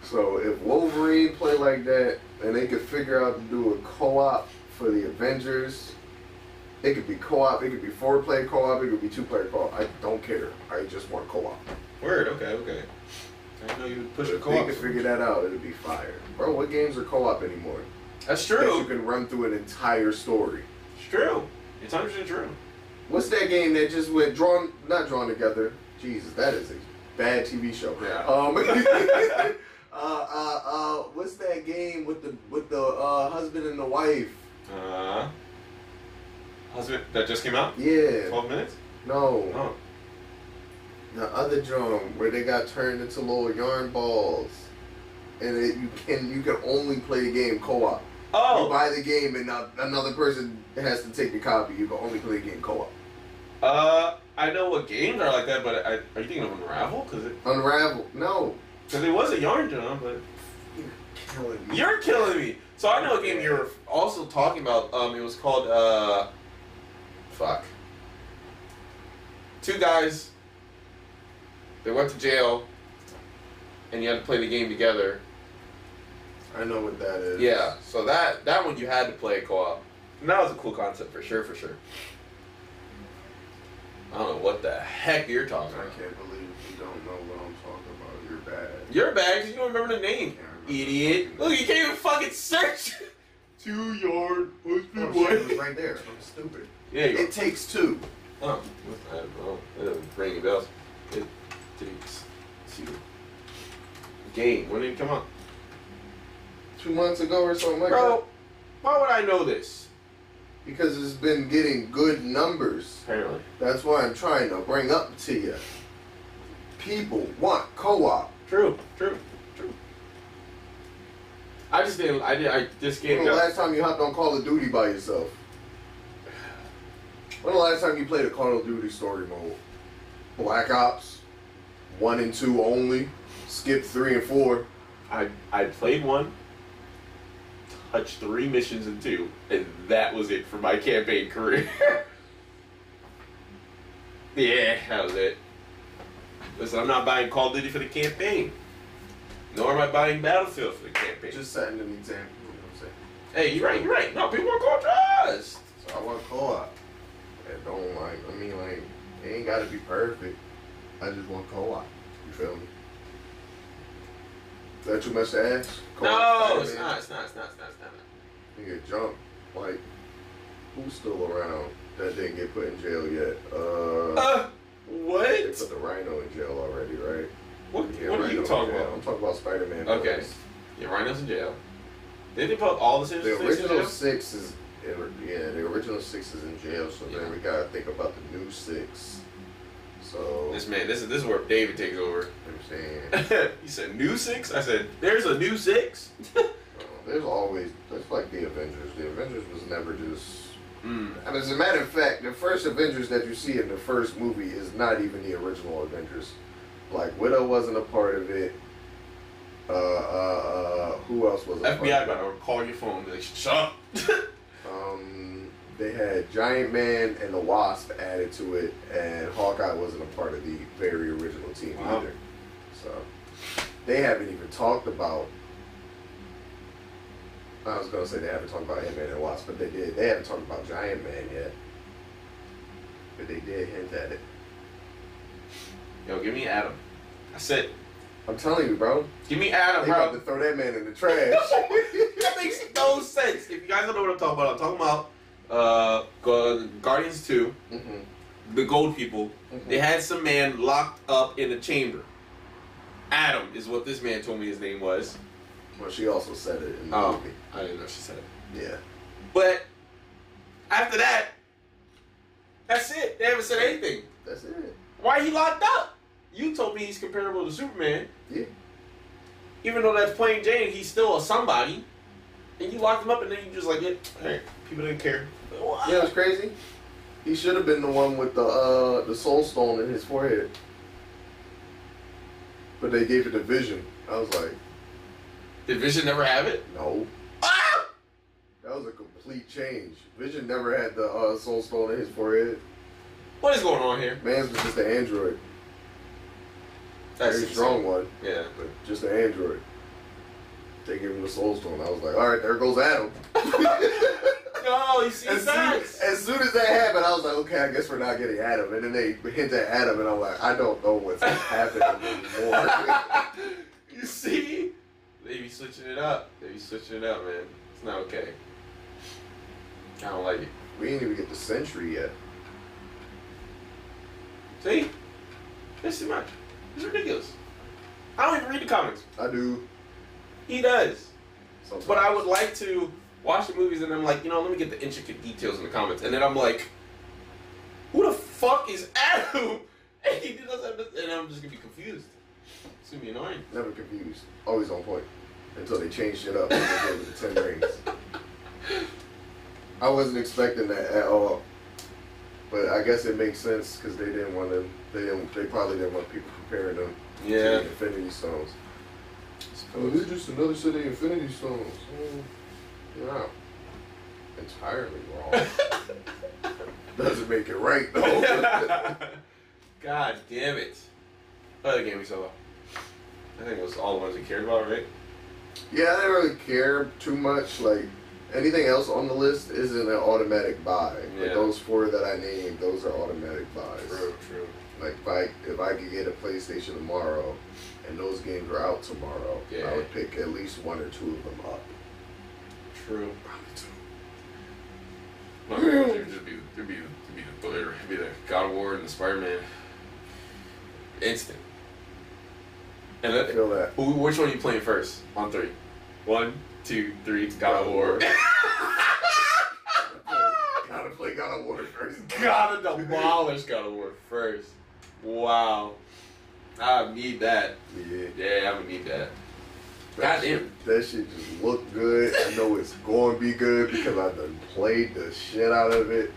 Speaker 2: So if Wolverine play like that and they could figure out to do a co-op for the Avengers, It could be co-op. It could be four-player co-op. It could be two-player co-op. I don't care. I just want co-op.
Speaker 3: Word. Okay. Okay. I didn't know you would push a
Speaker 2: If they
Speaker 3: co-op.
Speaker 2: could figure that out, it'd be fire. Bro, what games are co-op anymore?
Speaker 3: That's true.
Speaker 2: That you can run through an entire story.
Speaker 3: It's true. It's 100% true.
Speaker 2: What's that game that just went drawn, not drawn together? Jesus, that is a bad TV show.
Speaker 3: Yeah.
Speaker 2: Um, uh, uh, uh, what's that game with the with the uh, husband and the wife?
Speaker 3: Uh, husband, that just came out.
Speaker 2: Yeah.
Speaker 3: Twelve minutes.
Speaker 2: No.
Speaker 3: Oh,
Speaker 2: The other drum where they got turned into little yarn balls, and it, you can you can only play the game co-op.
Speaker 3: Oh.
Speaker 2: You buy the game and not, another person has to take the copy. You can only play the game co-op.
Speaker 3: Uh, I know what games are like that, but I, are you thinking of Unravel? Because it,
Speaker 2: Unravel. No.
Speaker 3: because it was a yarn drum, but
Speaker 2: Killing me.
Speaker 3: you're killing me. So I know a game you're also talking about. Um, it was called uh, fuck. Two guys. They went to jail, and you had to play the game together.
Speaker 2: I know what that is.
Speaker 3: Yeah, so that that one you had to play co-op. And that was a cool concept for sure, for sure. I don't know what the heck you're
Speaker 2: I
Speaker 3: talking about.
Speaker 2: can't believe you don't know what I'm talking about. You're bad.
Speaker 3: Your bags, you don't remember the name, idiot. Look, you can't even fucking search. Two yard
Speaker 2: Oh,
Speaker 3: husband
Speaker 2: shit, it was right there. I'm stupid.
Speaker 3: Yeah, you
Speaker 2: It takes two.
Speaker 3: Oh, I don't know. That doesn't ring any bells. It takes two. Game. When did it come out?
Speaker 2: Two months ago or something like that.
Speaker 3: Bro, why would I know this?
Speaker 2: Because it's been getting good numbers.
Speaker 3: Apparently.
Speaker 2: That's why I'm trying to bring up to you. People want co-op.
Speaker 3: True, true, true. I just didn't. I did. I this
Speaker 2: When
Speaker 3: game.
Speaker 2: the
Speaker 3: got-
Speaker 2: last time you hopped on Call of Duty by yourself? When the last time you played a Call of Duty story mode? Black Ops, one and two only. Skip three and four.
Speaker 3: I I played one, touched three missions in two, and that was it for my campaign career. yeah, that was it. Listen, I'm not buying Call of Duty for the campaign, nor am I buying Battlefield for the campaign.
Speaker 2: Just setting an example. You know what I'm saying?
Speaker 3: hey, you're right, you're right. No, people want Call of Duty.
Speaker 2: So I want co-op. I don't like. I mean, like, it ain't got to be perfect. I just want co-op. You feel me? Is that too much to ask?
Speaker 3: No, it's
Speaker 2: Spider-Man?
Speaker 3: not, it's not, it's not, it's not, it's not.
Speaker 2: Nigga jump. Like, who's still around that didn't get put in jail yet? Uh,
Speaker 3: Uh,
Speaker 2: they
Speaker 3: what?
Speaker 2: put the Rhino in jail already, right?
Speaker 3: What,
Speaker 2: Yeah,
Speaker 3: what are
Speaker 2: Rhino
Speaker 3: you
Speaker 2: in
Speaker 3: talking
Speaker 2: jail.
Speaker 3: about?
Speaker 2: I'm talking about Spider-Man.
Speaker 3: Okay.
Speaker 2: villains.
Speaker 3: Yeah, Rhino's in jail. Did they put all the Sinister
Speaker 2: The
Speaker 3: Six in
Speaker 2: original
Speaker 3: jail?
Speaker 2: six is, yeah, the original six is in jail. So
Speaker 3: Yeah.
Speaker 2: then we gotta think about the new six. So
Speaker 3: This man, this is this is where David takes over.
Speaker 2: you know what I'm saying.
Speaker 3: you said new six? I said, there's a new six?
Speaker 2: Uh, There's always that's like the Avengers. The Avengers was never just.
Speaker 3: mm.
Speaker 2: And as a matter of fact, the first Avengers that you see in the first movie is not even the original Avengers. Black Widow wasn't a part of it. Uh, uh, uh who else was? a part
Speaker 3: FBI
Speaker 2: of it?
Speaker 3: about to call your phone and be like, shut up.
Speaker 2: Um, they had Giant Man and the Wasp added to it, and Hawkeye wasn't a part of the very original team
Speaker 3: Wow.
Speaker 2: either. So they haven't even talked about. I was gonna say they haven't talked about Ant Man and Wasp, but they did. They haven't talked about Giant Man yet, but they did hint at it.
Speaker 3: Yo, give me Adam. I said,
Speaker 2: I'm telling you, bro.
Speaker 3: give me
Speaker 2: They
Speaker 3: Adam,
Speaker 2: about
Speaker 3: bro.
Speaker 2: to throw that man in the trash.
Speaker 3: that makes no sense. If you guys don't know what I'm talking about, I'm talking about uh, Gu- Guardians 2,
Speaker 2: Mhm.
Speaker 3: the gold people. They had some man locked up in a chamber. Adam is what this man told me his name was.
Speaker 2: Well, she also said it in the
Speaker 3: Oh,
Speaker 2: movie.
Speaker 3: I didn't know she said it.
Speaker 2: Yeah.
Speaker 3: But after that, that's it. They haven't said anything.
Speaker 2: That's it.
Speaker 3: Why he locked up? You told me he's comparable to Superman.
Speaker 2: Yeah.
Speaker 3: Even though that's plain Jane, he's still a somebody. And you locked him up, and then you just like, yeah, hey, people didn't care.
Speaker 2: You know what's crazy? He should have been the one with the uh, the soul stone in his forehead. But they gave it to Vision. I was like,
Speaker 3: Did Vision never have it?
Speaker 2: no.
Speaker 3: Ah!
Speaker 2: That was a complete change. Vision never had the uh, soul stone in his forehead.
Speaker 3: What is going on here?
Speaker 2: Man's was just an android.
Speaker 3: That's
Speaker 2: Very
Speaker 3: insane.
Speaker 2: strong one,
Speaker 3: Yeah.
Speaker 2: but just an android. They gave him the soul stone. I was like, all right, there goes Adam.
Speaker 3: No, he sees
Speaker 2: as
Speaker 3: facts.
Speaker 2: Soon, as soon as that happened, I was like, okay, I guess we're not getting Adam. And then they hint at Adam, and I'm like, I don't know what's happening anymore.
Speaker 3: you see? They be switching it up. They be switching it up, man. It's not okay. I don't like it.
Speaker 2: We didn't even get the century yet.
Speaker 3: See? This is my. It's ridiculous. I don't even read the comics.
Speaker 2: I do.
Speaker 3: He does. But I would like to watch the movies and I'm like, you know, let me get the intricate details in the comments. And then I'm like, who the fuck is Adam? And he doesn't. And I'm just gonna be confused. It's gonna be annoying.
Speaker 2: Never confused. Always on point. Until they changed it up and they gave it the 10 rings. I wasn't expecting that at all. But I guess it makes sense because they didn't want to. They didn't. They probably didn't want people comparing them
Speaker 3: Yeah.
Speaker 2: to the Infinity Stones. Oh, they're just another set of Infinity Stones. Oh, yeah, entirely wrong. Doesn't make it right though.
Speaker 3: God damn it. What other game we saw? I think it was all the ones we cared about, right?
Speaker 2: yeah, I didn't really care too much. Like anything else on the list isn't an automatic buy. But
Speaker 3: Yeah.
Speaker 2: those four that I named, those are automatic buys.
Speaker 3: true.
Speaker 2: Like if I if I could get a PlayStation tomorrow, and those games were out tomorrow,
Speaker 3: Yeah.
Speaker 2: I would pick at least one or two of them up.
Speaker 3: True.
Speaker 2: Probably two.
Speaker 3: My favorite would just be, it'd be, it'd be the Blade, it'd be the God of War and the Spider Man. Instant. And
Speaker 2: I
Speaker 3: then,
Speaker 2: feel that.
Speaker 3: who, which one are you playing first? On three. One, two, three. God of War.
Speaker 2: Gotta play God of War first.
Speaker 3: Gotta demolish God of War first. Wow. I need that.
Speaker 2: Yeah.
Speaker 3: Yeah, I would need that.
Speaker 2: That
Speaker 3: Goddamn.
Speaker 2: shit- That shit just looked good. I know it's going to be good because I done played the shit out of it.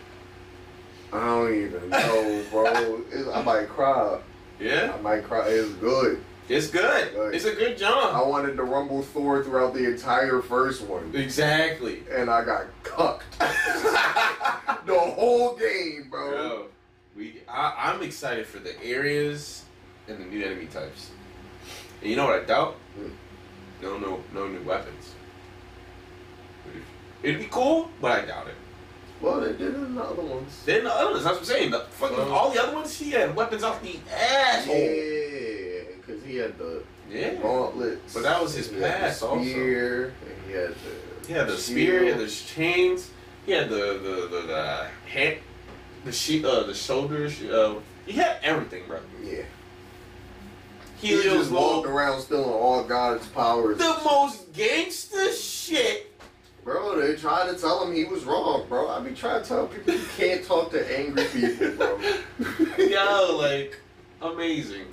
Speaker 2: I don't even know, bro. It's, I might cry.
Speaker 3: Yeah.
Speaker 2: I might cry. It's good.
Speaker 3: It's good.
Speaker 2: Like,
Speaker 3: It's a good
Speaker 2: I
Speaker 3: jump.
Speaker 2: wanted to rumble Thor throughout the entire first one,
Speaker 3: Exactly.
Speaker 2: and I got cucked the whole game, bro.
Speaker 3: Bro, we I, I'm excited for the areas and the new enemy types. And you know what I doubt?
Speaker 2: Hmm.
Speaker 3: No, no, no new weapons. It'd be cool, but I doubt it.
Speaker 2: Well, they did it in the other ones.
Speaker 3: Then the others, that's what I'm saying. The fucking
Speaker 2: Well-
Speaker 3: all the other ones, he had weapons off the asshole.
Speaker 2: Yeah, Oh. because he had the
Speaker 3: Yeah.
Speaker 2: gauntlets.
Speaker 3: But that was his
Speaker 2: he had the
Speaker 3: past also.
Speaker 2: spear, and he had the
Speaker 3: He had the spear, he had
Speaker 2: shield.
Speaker 3: the chains, he had the the the, the hand, the she, uh, the shoulders. Uh, he had everything, bro.
Speaker 2: Yeah. He
Speaker 3: Helios
Speaker 2: just
Speaker 3: Law,
Speaker 2: walked around stealing all God's powers.
Speaker 3: the most gangster shit.
Speaker 2: Bro, they tried to tell him he was wrong, bro. I be trying to tell people you can't talk to angry people, bro.
Speaker 3: Yo, like amazing.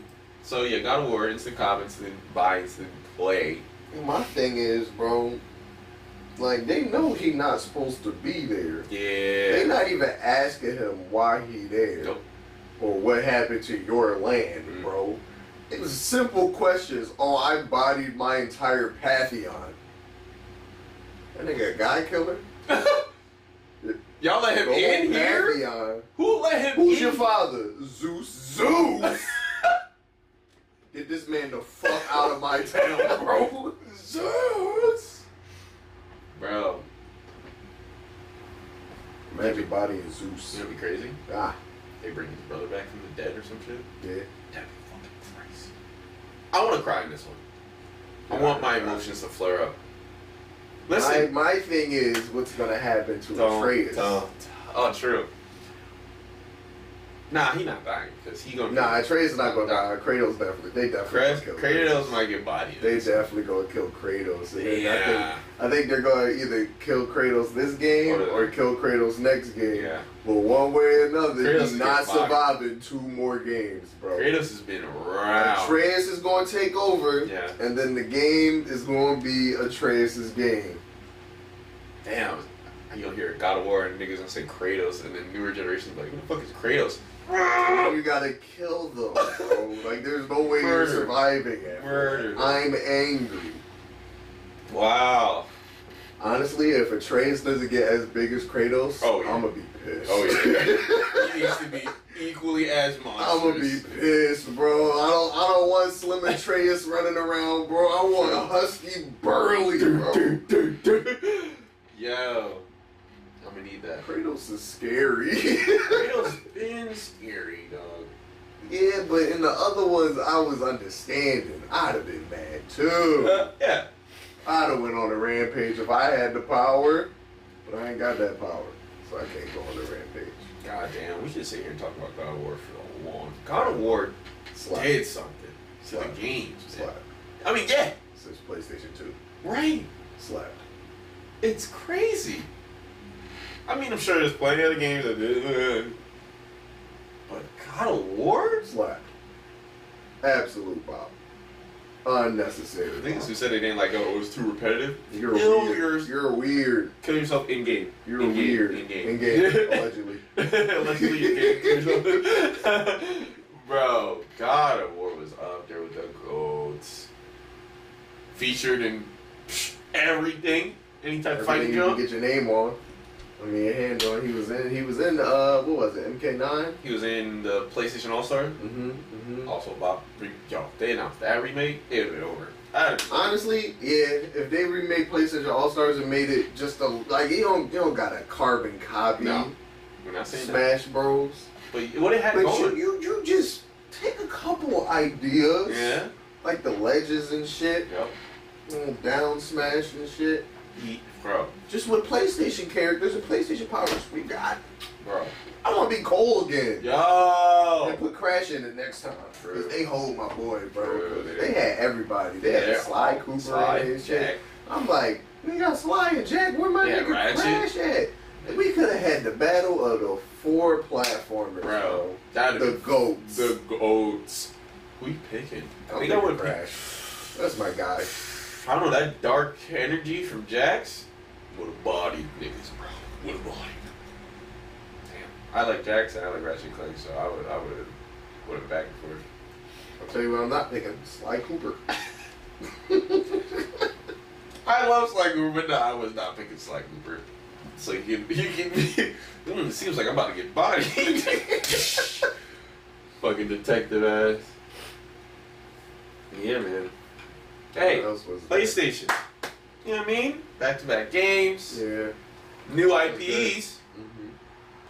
Speaker 3: So yeah, God of War, instant comments, then buy, instant play.
Speaker 2: My thing is, bro, like they know he not supposed to be there.
Speaker 3: Yeah.
Speaker 2: They not even asking him why he there
Speaker 3: Nope.
Speaker 2: or what happened to your land,
Speaker 3: Mm.
Speaker 2: bro. It was simple questions. Oh, I bodied my entire pantheon. That nigga a guy killer?
Speaker 3: Y'all let him
Speaker 2: The whole
Speaker 3: in here?
Speaker 2: pantheon.
Speaker 3: Who let him
Speaker 2: Who's
Speaker 3: in?
Speaker 2: your father? Zeus. Zeus! Get this man the fuck out of my town, bro. Zeus!
Speaker 3: Bro,
Speaker 2: Magic body and Zeus.
Speaker 3: you know what'd be crazy?
Speaker 2: Ah,
Speaker 3: They bring his brother back from the dead or some shit.
Speaker 2: yeah.
Speaker 3: That'd be fucking crazy. I want to cry in this one. I want my emotions to flare up.
Speaker 2: My,
Speaker 3: Listen.
Speaker 2: my thing is what's gonna happen to
Speaker 3: Don't-
Speaker 2: Atreus.
Speaker 3: don't. Oh, true. Nah, he not dying because he gonna.
Speaker 2: Nah, Atreus is not gonna die. Kratos definitely. They definitely
Speaker 3: Kratos,
Speaker 2: gonna kill
Speaker 3: Kratos might get bodied.
Speaker 2: They definitely gonna kill Kratos. And then
Speaker 3: Yeah.
Speaker 2: I think I think they're gonna either kill Kratos this game
Speaker 3: Or-
Speaker 2: or, kill Kratos next game.
Speaker 3: Yeah.
Speaker 2: But one way or another,
Speaker 3: Kratos
Speaker 2: he's not
Speaker 3: gets bodied.
Speaker 2: surviving two more games, bro.
Speaker 3: Kratos has been around.
Speaker 2: Atreus is gonna take over,
Speaker 3: Yeah.
Speaker 2: and then the game is gonna be Atreus's game.
Speaker 3: Damn. You'll hear God of War and niggas gonna say Kratos, and then newer generations be like, who the fuck is Kratos?
Speaker 2: You gotta kill them, bro. like there's no way you're
Speaker 3: Murder.
Speaker 2: surviving it.
Speaker 3: Murder.
Speaker 2: I'm angry.
Speaker 3: Wow.
Speaker 2: Honestly, if Atreus doesn't get as big as Kratos,
Speaker 3: Oh, yeah.
Speaker 2: I'm gonna be pissed.
Speaker 3: Oh yeah. he needs to be equally as monstrous.
Speaker 2: I'm gonna be pissed, bro. I don't, I don't want Slim Atreus running around, bro. I want a husky burly, bro.
Speaker 3: Yo, I'm that.
Speaker 2: Kratos is scary.
Speaker 3: Kratos been scary, dog.
Speaker 2: yeah, but in the other ones, I was understanding. I'd have been mad too.
Speaker 3: Uh, yeah.
Speaker 2: I'd have went on a rampage if I had the power, but I ain't got that power, so I can't go on a rampage.
Speaker 3: God damn, we should sit here and talk about God of War for a long. God of War
Speaker 2: Slap.
Speaker 3: did something to
Speaker 2: Slap.
Speaker 3: the games. man.
Speaker 2: Slap.
Speaker 3: I mean, yeah,
Speaker 2: Since PlayStation 2.
Speaker 3: right.
Speaker 2: Slap.
Speaker 3: It's crazy. I mean, I'm sure there's plenty of other games that did, but God of War.
Speaker 2: Slap. Absolute bop. Unnecessary.
Speaker 3: The things who said they didn't like, oh, it was too repetitive.
Speaker 2: You're
Speaker 3: Kill
Speaker 2: weird.
Speaker 3: your-
Speaker 2: You're weird.
Speaker 3: kill yourself in game.
Speaker 2: You're
Speaker 3: in
Speaker 2: weird.
Speaker 3: Game, in game.
Speaker 2: In game, allegedly.
Speaker 3: Allegedly in game. Bro, God of War was up there with the goats. Featured in everything, any type of
Speaker 2: Everything
Speaker 3: fighting
Speaker 2: you can
Speaker 3: game.
Speaker 2: get your name on. I mean, your hand on. He was in. He was in. Uh, what was it? MK9.
Speaker 3: He was in the PlayStation All Star.
Speaker 2: Mm-hmm. Mm-hmm.
Speaker 3: Also, Bob, re- yo, they announced that remake. It'd been over. I
Speaker 2: Honestly, yeah. If they remade PlayStation All Stars and made it just a like, you don't you don't got a carbon copy.
Speaker 3: No. we're not saying that.
Speaker 2: Smash Bros.
Speaker 3: But what it had
Speaker 2: But you,
Speaker 3: going.
Speaker 2: you you just take a couple ideas.
Speaker 3: yeah.
Speaker 2: Like the ledges and shit,
Speaker 3: Yep.
Speaker 2: mm, down smash and shit.
Speaker 3: He, bro,
Speaker 2: Just with PlayStation characters and PlayStation powers we got.
Speaker 3: bro.
Speaker 2: I want to be Cole again.
Speaker 3: Yo.
Speaker 2: And put Crash in it next time. 'Cause They hold my boy, bro.
Speaker 3: True,
Speaker 2: They
Speaker 3: yeah.
Speaker 2: had everybody. They
Speaker 3: Yeah.
Speaker 2: had Sly Cooper
Speaker 3: Sly,
Speaker 2: and shit.
Speaker 3: Jack.
Speaker 2: I'm like, we got Sly and Jack. Where my
Speaker 3: Yeah,
Speaker 2: nigga
Speaker 3: Ratchet.
Speaker 2: Crash at? And we could have had the battle of the four
Speaker 3: Bro,
Speaker 2: platformers, bro.
Speaker 3: that'd
Speaker 2: the
Speaker 3: be-
Speaker 2: goats.
Speaker 3: The goats. We picking. I
Speaker 2: I'm
Speaker 3: think I
Speaker 2: picking
Speaker 3: would
Speaker 2: Crash. That's my guy.
Speaker 3: I don't know that dark energy from Jax. What a body, niggas, bro. What a body. Damn. I like Jax and I like Ratchet and Clank, so I would, I would, would have back and forth.
Speaker 2: I'll tell you what, I'm not picking Sly Cooper.
Speaker 3: I love Sly Cooper, but no, I was not picking Sly Cooper. So you can, you can mm, it seems like I'm about to get bodied. Fucking detective ass. Yeah, man. Hey,
Speaker 2: What else was there?
Speaker 3: PlayStation. You know what I mean? Back to back games,
Speaker 2: Yeah,
Speaker 3: new
Speaker 2: Okay.
Speaker 3: IPs,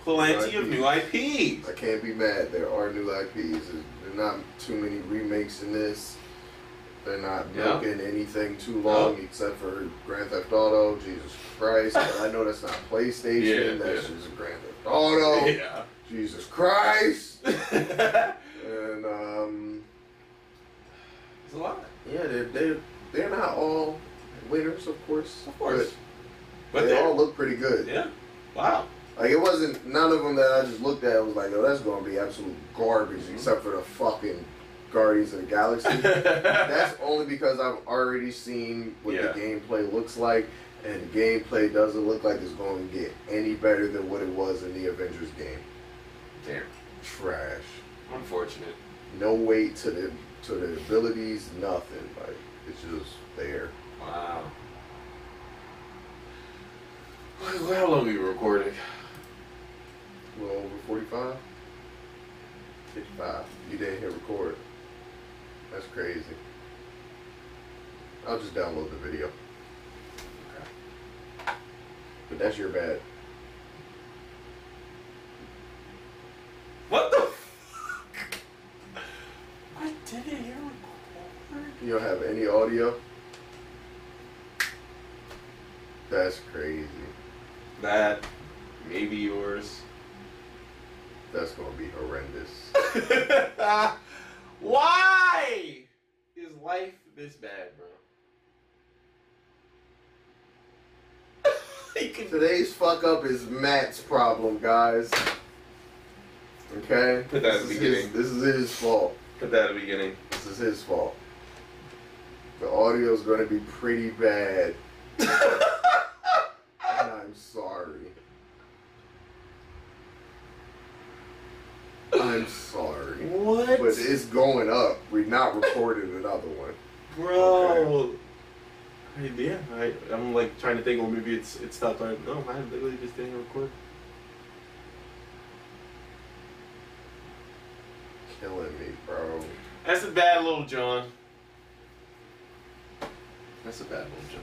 Speaker 3: plenty of new IPs.
Speaker 2: I can't be mad. There are new IPs. There's not too many remakes in this. They're not
Speaker 3: Yeah.
Speaker 2: milking anything too long, except for Grand Theft Auto. Jesus Christ! But I know that's not PlayStation.
Speaker 3: Yeah,
Speaker 2: that's
Speaker 3: yeah.
Speaker 2: just Grand Theft Auto. Jesus Christ!
Speaker 3: Yeah.
Speaker 2: And um,
Speaker 3: It's a lot.
Speaker 2: yeah, they're they're, they're not all winners, of course.
Speaker 3: Of course.
Speaker 2: but,
Speaker 3: But
Speaker 2: they
Speaker 3: they're-
Speaker 2: all look pretty good.
Speaker 3: Yeah. Wow.
Speaker 2: Like it wasn't none of them that I just looked at was like, oh, that's gonna be absolute garbage, except for the fucking Guardians of the Galaxy. that's only because I've already seen what
Speaker 3: Yeah.
Speaker 2: the gameplay looks like, and the gameplay doesn't look like it's going to get any better than what it was in the Avengers game.
Speaker 3: Damn.
Speaker 2: Trash.
Speaker 3: Unfortunate.
Speaker 2: No weight to the to the abilities. Nothing. Like it's just there.
Speaker 3: Wow. How long are you recording?
Speaker 2: A little over 45? 55. You didn't hit record. That's crazy. I'll just download the video. But that's your bad.
Speaker 3: What the? Fuck? I didn't hear record.
Speaker 2: You don't have any audio? That's crazy.
Speaker 3: That, maybe yours.
Speaker 2: That's gonna be horrendous.
Speaker 3: Why is life this bad, bro? you can
Speaker 2: Today's fuck up is Matt's problem, guys. Okay?
Speaker 3: Put that at the
Speaker 2: This is
Speaker 3: beginning.
Speaker 2: his- This is his fault.
Speaker 3: put that at the beginning.
Speaker 2: This is his fault. The audio's gonna be pretty bad. and I'm sorry. I'm sorry.
Speaker 3: What,
Speaker 2: But it's going up. We're not recording another one.
Speaker 3: bro? I, yeah, I, I'm like trying to think. Well, maybe it's it stopped. I, no, I literally just didn't record.
Speaker 2: Killing me, bro.
Speaker 3: That's a bad little John. That's a bad little John.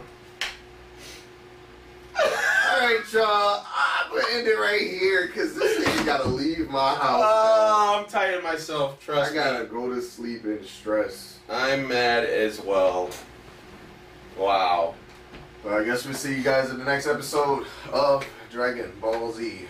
Speaker 2: Alright, y'all. I I'm gonna end it right here because this nigga gotta leave my house.
Speaker 3: Oh, I'm tired of myself. Trust
Speaker 2: I gotta
Speaker 3: me.
Speaker 2: go to sleep in stress.
Speaker 3: I'm mad as well. Wow.
Speaker 2: Well, I guess we'll see you guys in the next episode of Dragon Ball Z.